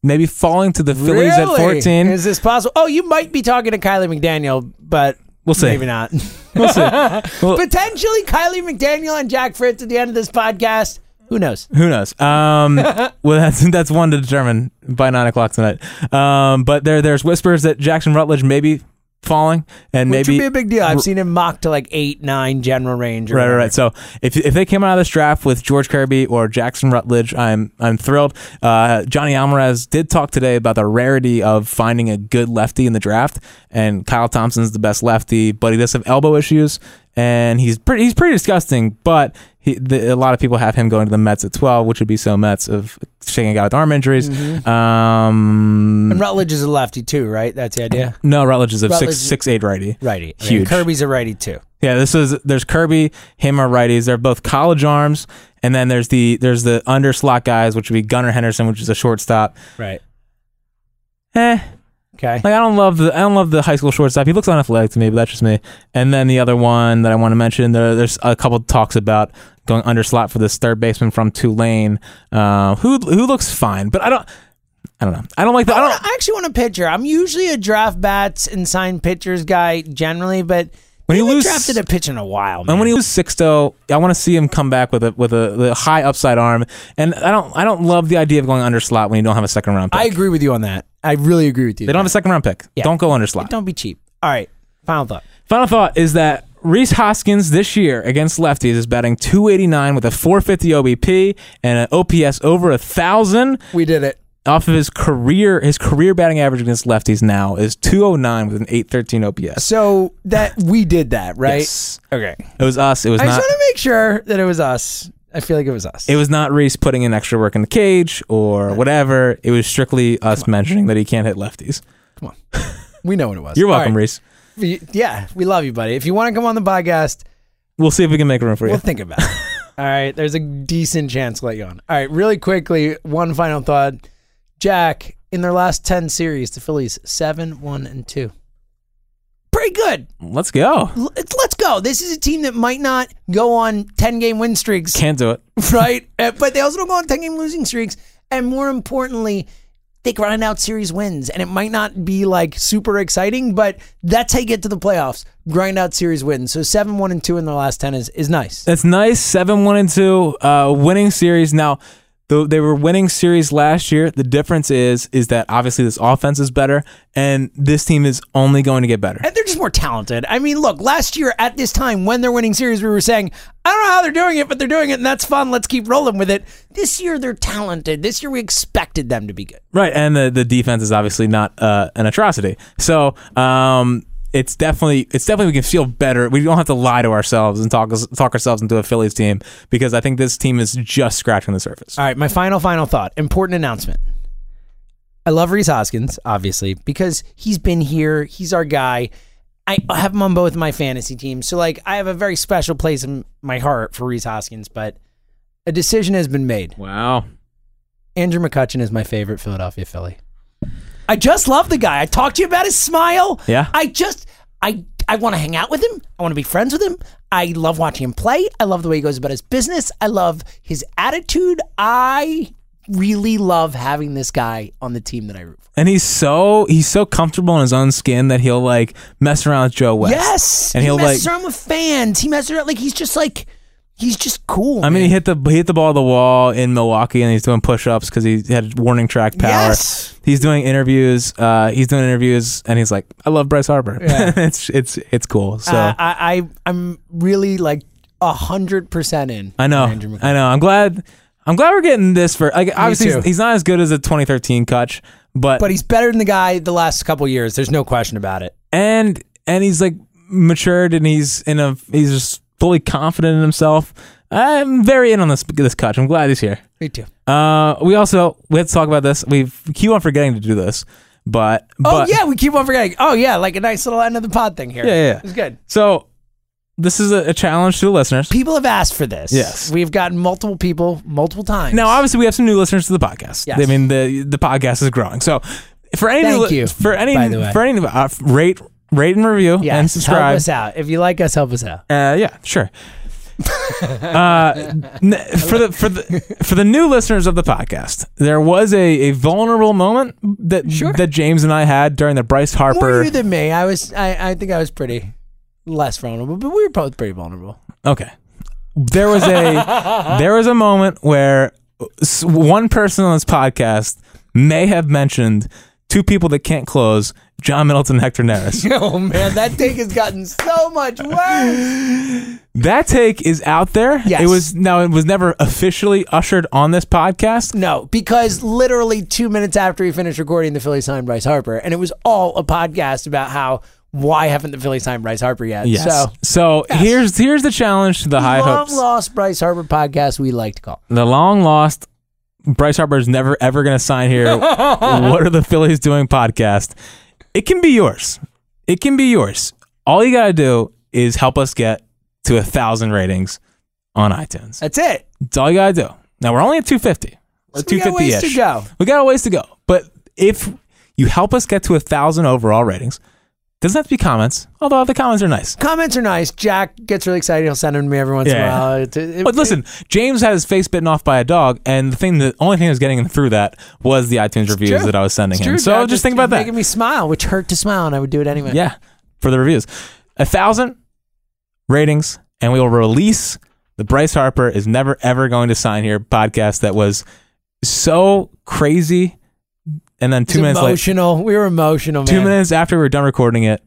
D: maybe falling to the Phillies at
C: Really?
D: 14.
C: Is this possible? Oh, you might be talking to Kylie McDaniel, but
D: We'll see.
C: Maybe not.
D: We'll see. Well,
C: Potentially Kylie McDaniel and Jack Fritz at the end of this podcast. Who knows?
D: Who knows? Um, well, that's that's one to determine by nine o'clock tonight. Um, but there there's whispers that Jackson Rutledge maybe falling, and
C: Which
D: maybe
C: would be a big deal. I've seen him mocked to like eight, nine general range. or
D: Right, right,
C: whatever.
D: right. So if, if they came out of this draft with George Kirby or Jackson Rutledge, I'm I'm thrilled. Uh, Johnny Alvarez did talk today about the rarity of finding a good lefty in the draft, and Kyle Thompson's the best lefty, but he does have elbow issues, and he's pretty he's pretty disgusting. But he, the, a lot of people have him going to the Mets at 12, which would be so Mets of shaking out with arm injuries. Um,
C: And Rutledge is a lefty too, right? That's the idea.
D: no, Rutledge is a
C: Rutledge-
D: six six eight righty.
C: Righty. Yeah,
D: Huge.
C: Kirby's a righty too.
D: Yeah, this is there's Kirby, him are righties. They're both college arms, and then there's the there's the under slot guys, which would be Gunnar Henderson, which is a shortstop.
C: Right.
D: Eh,
C: Okay.
D: like I don't love the I don't love the high school shortstop. He looks unathletic to me, but that's just me. And then the other one that I want to mention, there, there's a couple talks about going under slot for this third baseman from Tulane, uh, who who looks fine, but I don't I don't know. I don't like the I don't.
C: I actually want a pitcher. I'm usually a draft bats and sign pitchers guy generally, but
D: When you
C: haven't
D: lose-
C: drafted a pitch in a while, man.
D: And when he was Sixto, I want to see him come back with a with a, the high upside arm. And I don't I don't love the idea of going under slot when you don't have a second round pick.
C: I agree with you on that. I really agree with you.
D: they don't have a second round pick. Don't go under slot.
C: Don't be cheap. All right. Final thought.
D: Final thought is that Reese Hoskins this year against lefties is batting 289 with a 450 OBP and an OPS over a thousand.
C: We did it.
D: Off of his career, his career batting average against lefties now is 209 with an 813 OPS.
C: So that we did that, right?
D: Yes.
C: Okay.
D: It was us. It was
C: I just
D: not.
C: want to make sure that it was us. I feel like it was us.
D: It was not Reese putting in extra work in the cage or whatever. It was strictly us mentioning that he can't hit lefties.
C: we know what it was.
D: You're
C: All
D: welcome,
C: right.
D: Reese.
C: Y- Yeah, we love you, buddy. If you want to come on the podcast,
D: We'll see if we can make room for you.
C: we'll think about it. All right. There's a decent chance we'll let you on. All right. Really quickly, one final thought. Jack, in their last 10 series, the Phillies 7, 1, and 2. Pretty good.
D: Let's go.
C: L- Let's go. This is a team that might not go on 10 game win streaks.
D: Can't do it.
C: right? Uh, But they also don't go on 10 game losing streaks. And more importantly, they grind out series wins. And it might not be like super exciting, but that's how you get to the playoffs grind out series wins. So 7 1 and 2 in the last 10 is, is nice.
D: That's nice. Seven one and two, uh, winning series. Now, though they were winning series last year, the difference is is that obviously this offense is better, and this team is only going to get better.
C: And they're just more talented. I mean, look, last year at this time, when they're winning series, we were saying, I don't know how they're doing it, but they're doing it, and that's fun. Let's keep rolling with it. This year, they're talented. This year, we expected them to be good.
D: Right, and the, the defense is obviously not uh, an atrocity. So um, it's definitely it's definitely we can feel better. We don't have to lie to ourselves and talk us- talk ourselves into a Phillies team because I think this team is just scratching the surface.
C: All right, my final, final thought. Important announcement. I love Reese Hoskins, obviously, because he's been here. He's our guy. I have him on both my fantasy teams. So, like, I have a very special place in my heart for Reese Hoskins, but a decision has been made.
D: Wow.
C: Andrew McCutcheon is my favorite Philadelphia Philly. I just love the guy. I talked to you about his smile.
D: Yeah.
C: I just I I want to hang out with him. I want to be friends with him. I love watching him play. I love the way he goes about his business. I love his attitude. I really love having this guy on the team that I root for.
D: And he's so he's so comfortable in his own skin that he'll like mess around with Joe West.
C: Yes.
D: And
C: he
D: he'll,
C: messes
D: like-
C: around with fans. He messes around like he's just like he's just cool.
D: I mean, he hit the he hit the ball to the wall in Milwaukee, and he's doing push ups because he had warning track power.
C: Yes.
D: He's doing interviews. Uh, he's doing interviews, and he's like, "I love Bryce Harper. it's it's it's cool." So
C: uh, I, I I'm really like hundred percent in.
D: I know,
C: on
D: I
C: Andrew
D: know.
C: McCutcheon.
D: I'm glad. I'm glad we're getting this for. Like, obviously,
C: too.
D: he's, he's not as good as the 2013 Kutch, but,
C: but he's better than the guy the last couple years. There's no question about it.
D: and and he's like matured, and he's in a he's just fully confident in himself. I'm very in on this this Kutch. I'm glad he's here.
C: Me too.
D: Uh, we also we have to talk about this. We keep on forgetting to do this, but
C: Oh
D: but,
C: yeah, we keep on forgetting. Oh yeah, like a nice little end of the pod thing here.
D: Yeah, yeah, yeah.
C: it's good.
D: So this is a, a challenge to the listeners.
C: People have asked for this.
D: Yes.
C: we've gotten multiple people multiple times.
D: Now, obviously, we have some new listeners to the podcast.
C: Yes.
D: I mean the the podcast is growing. So for any new,
C: Thank
D: li-
C: you,
D: for any
C: by the way.
D: for any uh, rate rate and review
C: yes,
D: and
C: Help
D: subscribe.
C: us out if you like us. Help us out.
D: Uh, yeah, sure. uh, n- for the for the for the new listeners of the podcast, there was a, a vulnerable moment that that James and I had during the Bryce Harper.
C: More you than me. I was. I, I think I was pretty less vulnerable, but we were both pretty vulnerable.
D: Okay. There was a there was a moment where s- one person on this podcast may have mentioned two people that can't close: John Middleton, Hector Neris.
C: Oh man, that take has gotten so much worse.
D: That take is out there.
C: Yes.
D: It was now it was never officially ushered on this podcast.
C: No, because literally two minutes after he finished recording, the Phillies signed Bryce Harper, and it was all a podcast about how why haven't the Phillies signed Bryce Harper yet?
D: Yes.
C: So
D: So, here's here's the challenge to the high
C: long
D: hopes.
C: lost Bryce Harper podcast we like to call.
D: the long lost Bryce Harper's never ever going to sign here. what are the Phillies doing podcast? It can be yours. It can be yours. All you got to do is help us get to a thousand ratings on iTunes.
C: That's it.
D: That's all you got to do. Now we're only at 250 or
C: we got
D: 250
C: ways
D: ish.
C: to go.
D: We got a ways to go. But if you help us get to a thousand overall ratings, doesn't have to be comments, although the comments are nice.
C: Comments are nice. Jack gets really excited. He'll send them to me every once in a
D: Yeah.
C: while. It- it-
D: But listen, James had his face bitten off by a dog, and the thing, the only thing that was getting him through that was the iTunes reviews
C: true.
D: that I was sending
C: it's
D: him.
C: true,
D: so
C: Jack.
D: just, think
C: It's
D: about that.
C: Making me smile, which hurt to smile, and I would do it anyway.
D: yeah, for the reviews, a thousand ratings, and we will release the Bryce Harper is never ever going to sign here podcast that was so crazy, and then two
C: It's
D: minutes later,
C: emotional. We were emotional.
D: two
C: man.
D: minutes after we were done recording it,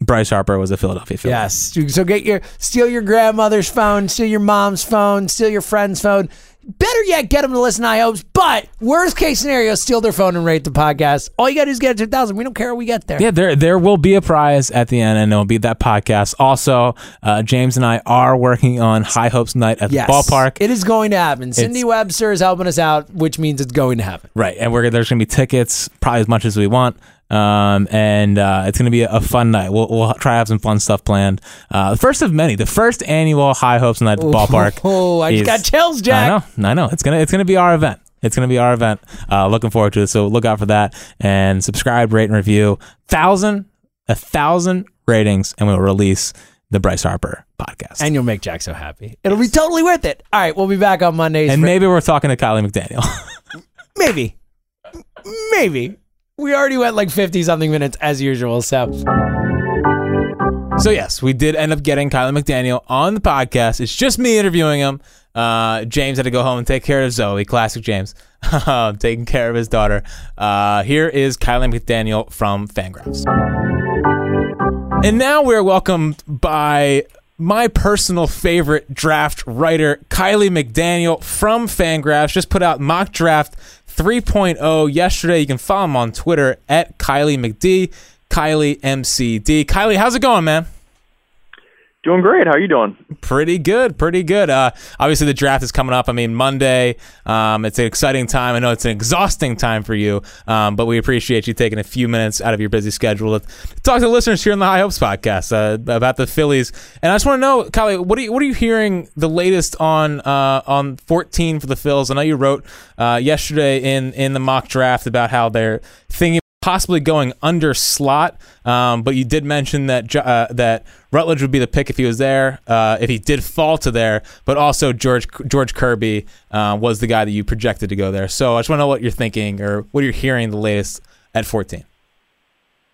D: Bryce Harper was a Philadelphia Philly.
C: Yes. So get your steal your grandmother's phone, steal your mom's phone, steal your friend's phone. Better yet, get them to listen to IOPS. But worst case scenario, steal their phone and rate the podcast. All you got to do is get it to a thousand. We don't care how we get there.
D: Yeah, there there will be a prize at the end, and it'll be that podcast. Also, uh, James and I are working on High Hopes Night at
C: Yes.
D: the ballpark.
C: It is going to happen. Cindy Webster is helping us out, which means it's going to happen.
D: right, and we're there's gonna be tickets, probably as much as we want. Um, and uh, it's gonna be a, a fun night. We'll we'll try to have some fun stuff planned. Uh, the first of many, the first annual High Hopes Night at the ballpark.
C: Oh, I just
D: is-
C: got chills, Jack.
D: I know, I know. It's gonna it's gonna be our event. It's gonna be our event. Uh, looking forward to it. So look out for that and subscribe, rate, and review. Thousand, a thousand ratings, and we'll release the Bryce Harper podcast.
C: And you'll make Jack so happy. It'll be totally worth it. All right, we'll be back on Mondays.
D: And
C: for-
D: maybe we're talking to Kylie McDaniel.
C: maybe, maybe. We already went like 50 something minutes as usual. So.
D: so yes, we did end up getting Kylie McDaniel on the podcast. It's just me interviewing him. Uh, James had to go home and take care of Zoe. Classic James, Um, taking care of his daughter. Uh, here is Kylie McDaniel from Fangraphs. And now we're welcomed by my personal favorite draft writer, Kylie McDaniel from Fangraphs. Just put out mock draft 3.0 yesterday. You can follow him on Twitter at Kylie McD, Kylie MCD. Kylie, how's it going, man?
E: Doing great. How are you doing?
D: Pretty good, pretty good. Uh, obviously, the draft is coming up. I mean, Monday. Um, it's an exciting time. I know it's an exhausting time for you, um, but we appreciate you taking a few minutes out of your busy schedule to talk to the listeners here on the High Hopes podcast uh, about the Phillies. And I just want to know, Kylie, what are you, what are you hearing the latest on uh, on 14 for the Phils? I know you wrote uh, yesterday in in the mock draft about how they're thinking possibly going under slot. Um, but you did mention that Jo- uh, that Rutledge would be the pick if he was there, uh, if he did fall to there. But also George George Kirby uh, was the guy that you projected to go there. So I just want to know what you're thinking or what you're hearing the latest at 14.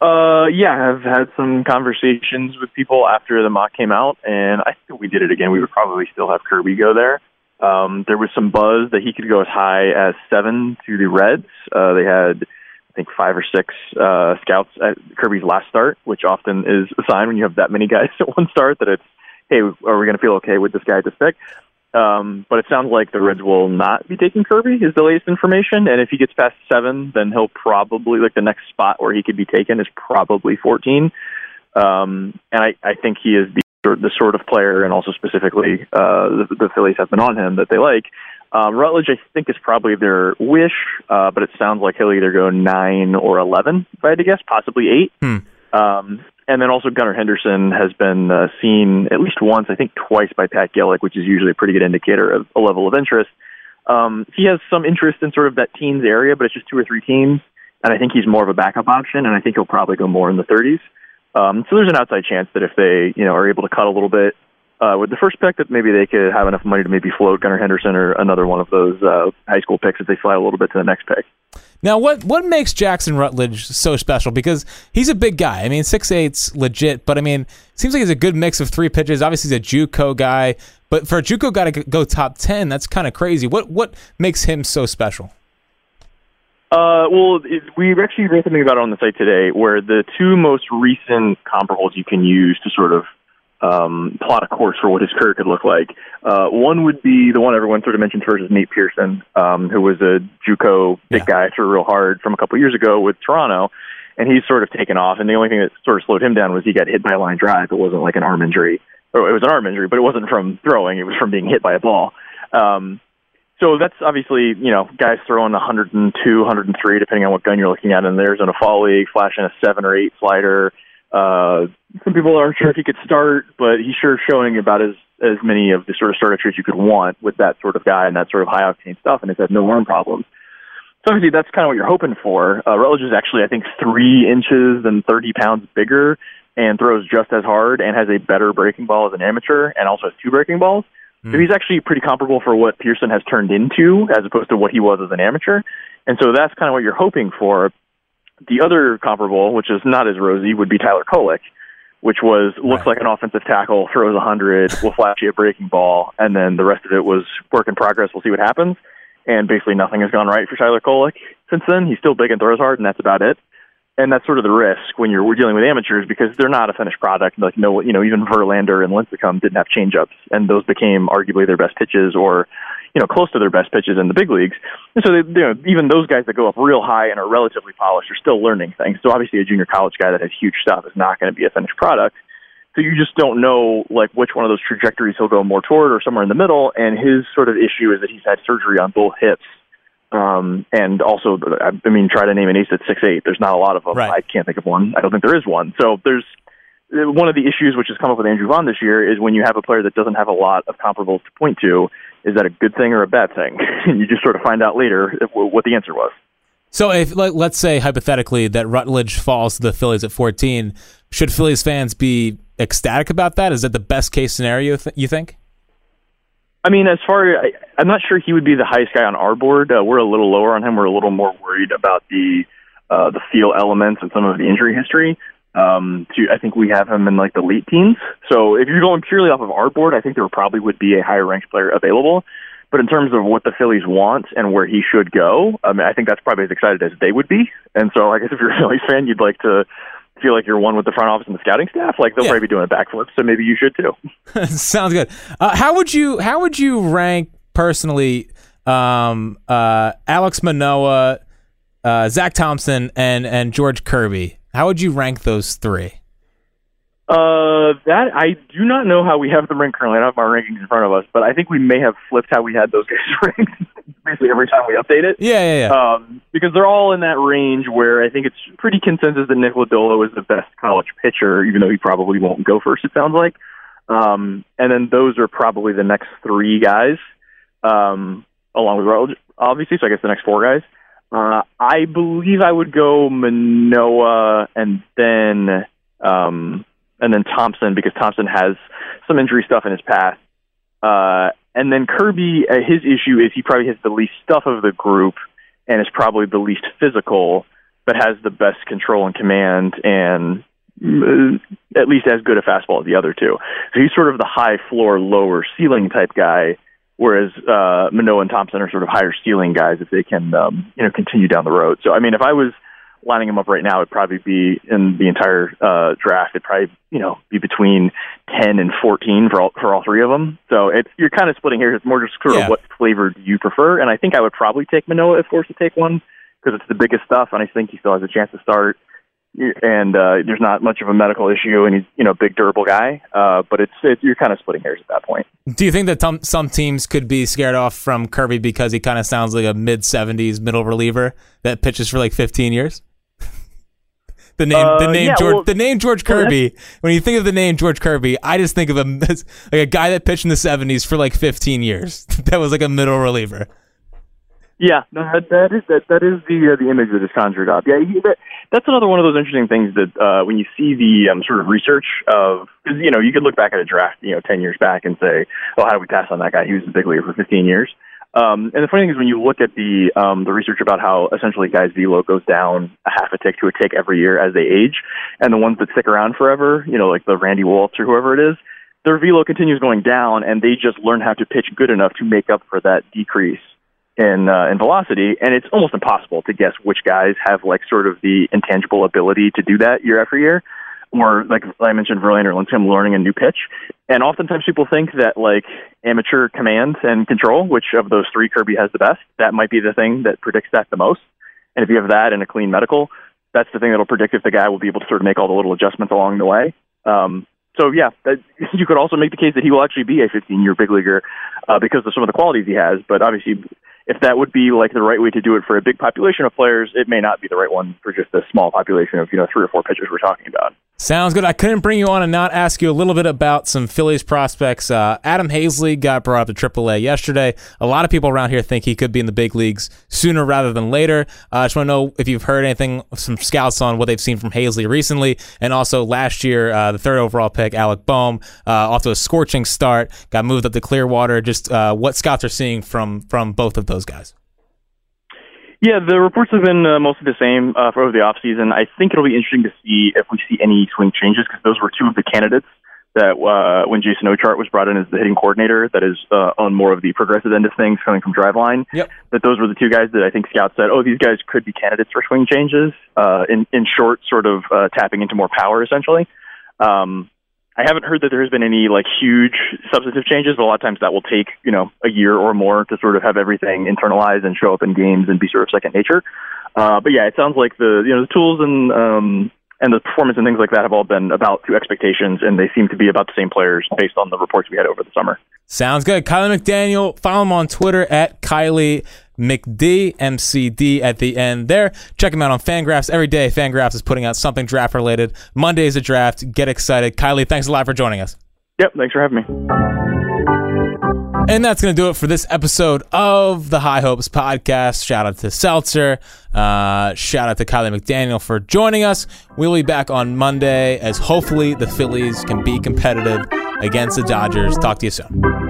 E: Uh, yeah, I've had some conversations with people after the mock came out, and I think we did it again. We would probably still have Kirby go there. Um, there was some buzz that he could go as high as seven to the Reds. Uh, they had, I think, five or six uh, scouts at Kirby's last start, which often is a sign when you have that many guys at one start that it's, hey, are we going to feel okay with this guy at this pick? Um, but it sounds like the Reds will not be taking Kirby is the latest information. And if he gets past seven, then he'll probably like the next spot where he could be taken is probably 14. Um, and I, I think he is the, the sort of player and also specifically, uh, the, the Phillies have been on him that they like. Um, Rutledge, I think, is probably their wish, uh, but it sounds like he'll either go nine or 11, if I had to guess, possibly eight. Um, and then also Gunnar Henderson has been uh, seen at least once, I think twice, by Pat Gillick, which is usually a pretty good indicator of a level of interest. Um, he has some interest in sort of that teens area, but it's just two or three teams, and I think he's more of a backup option, and I think he'll probably go more in the 30s. Um, so there's an outside chance that if they, you know, are able to cut a little bit uh, with the first pick, that maybe they could have enough money to maybe float Gunnar Henderson or another one of those uh, high school picks if they fly a little bit to the next pick.
D: Now, what what makes Jackson Rutledge so special? Because he's a big guy. I mean, six eight's legit, but I mean, seems like he's a good mix of three pitches. Obviously, he's a JUCO guy, but for a JUCO guy to g- go top ten, that's kind of crazy. What what makes him so special?
E: Uh, well, it, we actually read something about it on the site today, where the two most recent comparables you can use to sort of um, plot a course for what his career could look like. Uh, one would be the one everyone sort of mentions first is Nate Pearson, um, who was a JUCO big guy, sort of real hard from a couple years ago with Toronto, and he's sort of taken off. And the only thing that sort of slowed him down was he got hit by a line drive. It wasn't like an arm injury, or it was an arm injury, but it wasn't from throwing. It was from being hit by a ball. Um, so that's obviously, you know, guys throwing 102, 103, depending on what gun you're looking at in the Arizona Fall League, flashing a seven or eight slider. Uh, some people aren't sure if he could start, but he's sure showing about as as many of the sort of starter traits you could want with that sort of guy and that sort of high octane stuff, and it's had no arm problems. So obviously, that's kind of what you're hoping for. Uh, Rutledge is actually, I think, three inches and 30 pounds bigger, and throws just as hard, and has a better breaking ball as an amateur, and also has two breaking balls. So he's actually pretty comparable for what Pearson has turned into, as opposed to what he was as an amateur. And so that's kind of what you're hoping for. The other comparable, which is not as rosy, would be Tyler Kolick, which was looks like an offensive tackle, throws 100, will flash you a breaking ball, and then the rest of it was work in progress. We'll see what happens. And basically, nothing has gone right for Tyler Kolick since then. He's still big and throws hard, and that's about it. And that's sort of the risk when you're we're dealing with amateurs because they're not a finished product. Like no, you know, even Verlander and Lincecum didn't have changeups, and those became arguably their best pitches, or you know, close to their best pitches in the big leagues. And so, they, you know, even those guys that go up real high and are relatively polished are still learning things. So obviously, a junior college guy that has huge stuff is not going to be a finished product. So you just don't know like which one of those trajectories he'll go more toward, or somewhere in the middle. And his sort of issue is that he's had surgery on both hips um, and also, I I mean, try to name an ace at six eight. There's not a lot of them.
F: Right.
E: I can't think of one. I don't think there is one. So there's uh, one of the issues which has come up with Andrew Vaughn this year is when you have a player that doesn't have a lot of comparables to point to, is that a good thing or a bad thing? you just sort of find out later if, what the answer was.
F: So if let, let's say hypothetically that Rutledge falls to the Phillies at 14, should Phillies fans be ecstatic about that? Is that the best case scenario? Th- you think?
E: I mean, as far I, I'm not sure he would be the highest guy on our board. Uh, we're a little lower on him. We're a little more worried about the uh, the feel elements and some of the injury history. Um, to, I think we have him in like the late teens. So if you're going purely off of our board, I think there probably would be a higher ranked player available. But in terms of what the Phillies want and where he should go, I mean, I think that's probably as excited as they would be. And so I guess if you're a Phillies fan, you'd like to feel like you're one with the front office and the scouting staff. Like they'll
F: Yeah.
E: probably be doing a backflip. So maybe you should too.
F: Sounds good. Uh, how would you how would you rank personally um, uh, Alex Manoa, uh, Zach Thompson, and and George Kirby? How would you rank those three?
E: Uh, that I do not know how we have them ranked currently. I don't have my rankings in front of us, but I think we may have flipped how we had those guys ranked basically every time we update it.
F: Yeah, yeah, yeah.
E: Um, because they're all in that range where I think it's pretty consensus that Nick Lodolo is the best college pitcher, even though he probably won't go first. It sounds like. Um, and then those are probably the next three guys, um, along with Rutledge, obviously. So I guess the next four guys. Uh, I believe I would go Manoa and then um, and then Thompson because Thompson has some injury stuff in his past. Uh, and then Kirby, uh, his issue is he probably has the least stuff of the group and is probably the least physical, but has the best control and command and mm, at least as good a fastball as the other two. So he's sort of the high floor, lower ceiling type guy, whereas uh, Manoa and Thompson are sort of higher ceiling guys if they can um, you know continue down the road. So I mean, if I was lining them up right now, it'd probably be in the entire uh, draft. It'd probably you know be between ten and fourteen for all for all three of them. So it's you're kind of splitting here. It's more just sort
F: Yeah.
E: of what flavor do you prefer? And I think I would probably take Manoa if forced to take one because it's the biggest stuff, and I think he still has a chance to start. And uh, there's not much of a medical issue, and he's you know a big durable guy. Uh, but it's, it's you're kind of splitting hairs at that point.
F: Do you think that tom- some teams could be scared off from Kirby because he kind of sounds like a mid seventies middle reliever that pitches for like fifteen years? the name, the
E: Uh,
F: name
E: yeah,
F: George,
E: well-
F: the name George Kirby. when you think of the name George Kirby, I just think of him as like a guy that pitched in the seventies for like fifteen years. that was like a middle reliever.
E: Yeah, no, that, that is that that is the uh, the image that is conjured up. Yeah, you- that, that's another one of those interesting things that uh, when you see the um, sort of research of because you know you could look back at a draft you know ten years back and say, oh, how did we pass on that guy? He was a big leaguer for fifteen years. Um, and the funny thing is when you look at the um, the research about how essentially guys' velo goes down a half a tick to a tick every year as they age, and the ones that stick around forever, you know, like the Randy Waltz or whoever it is, their velo continues going down, and they just learn how to pitch good enough to make up for that decrease in uh, in velocity, and it's almost impossible to guess which guys have like sort of the intangible ability to do that year after year. Or like I mentioned, Verlander and him learning a new pitch, and oftentimes people think that like amateur command and control, which of those three Kirby has the best, that might be the thing that predicts that the most. And if you have that and a clean medical, that's the thing that'll predict if the guy will be able to sort of make all the little adjustments along the way. Um, so yeah, that, you could also make the case that he will actually be a 15-year big leaguer uh, because of some of the qualities he has. But obviously, if that would be like the right way to do it for a big population of players, it may not be the right one for just a small population of you know three or four pitchers we're talking about.
D: Sounds good. I couldn't bring you on and not ask you a little bit about some Phillies prospects. Uh, Adam Hazley got brought up to AAA yesterday. A lot of people around here think he could be in the big leagues sooner rather than later. I uh, just want to know if you've heard anything, some scouts on what they've seen from Hazley recently. And also last year, uh, the third overall pick, Alec Bohm, off to a scorching start, got moved up to Clearwater. Just uh, what scouts are seeing from, from both of those guys.
E: Yeah, the reports have been uh, mostly the same uh, for over the off season. I think it'll be interesting to see if we see any swing changes because those were two of the candidates that uh, when Jason Ochart was brought in as the hitting coordinator, that is uh, on more of the progressive end of things coming from driveline.
D: Yep.
E: That those were the two guys that I think scouts said, oh, these guys could be candidates for swing changes. Uh, in in short, sort of uh, tapping into more power essentially. Um, I haven't heard that there has been any like huge substantive changes, but a lot of times that will take you know a year or more to sort of have everything internalized and show up in games and be sort of second nature. Uh, but yeah, it sounds like the you know the tools and um, and the performance and things like that have all been about to expectations, and they seem to be about the same players based on the reports we had over the summer.
D: Sounds good. Kylie McDaniel, follow him on Twitter at Kylie McD, MCD at the end there. Check him out on Fangraphs every day. Fangraphs is putting out something draft related. Monday is a draft. Get excited. Kylie, thanks a lot for joining us.
E: Yep, thanks for having me.
D: And that's going to do it for this episode of the High Hopes podcast. Shout out to Seltzer. Uh, shout out to Kylie McDaniel for joining us. We'll be back on Monday as hopefully the Phillies can be competitive against the Dodgers. Talk to you soon.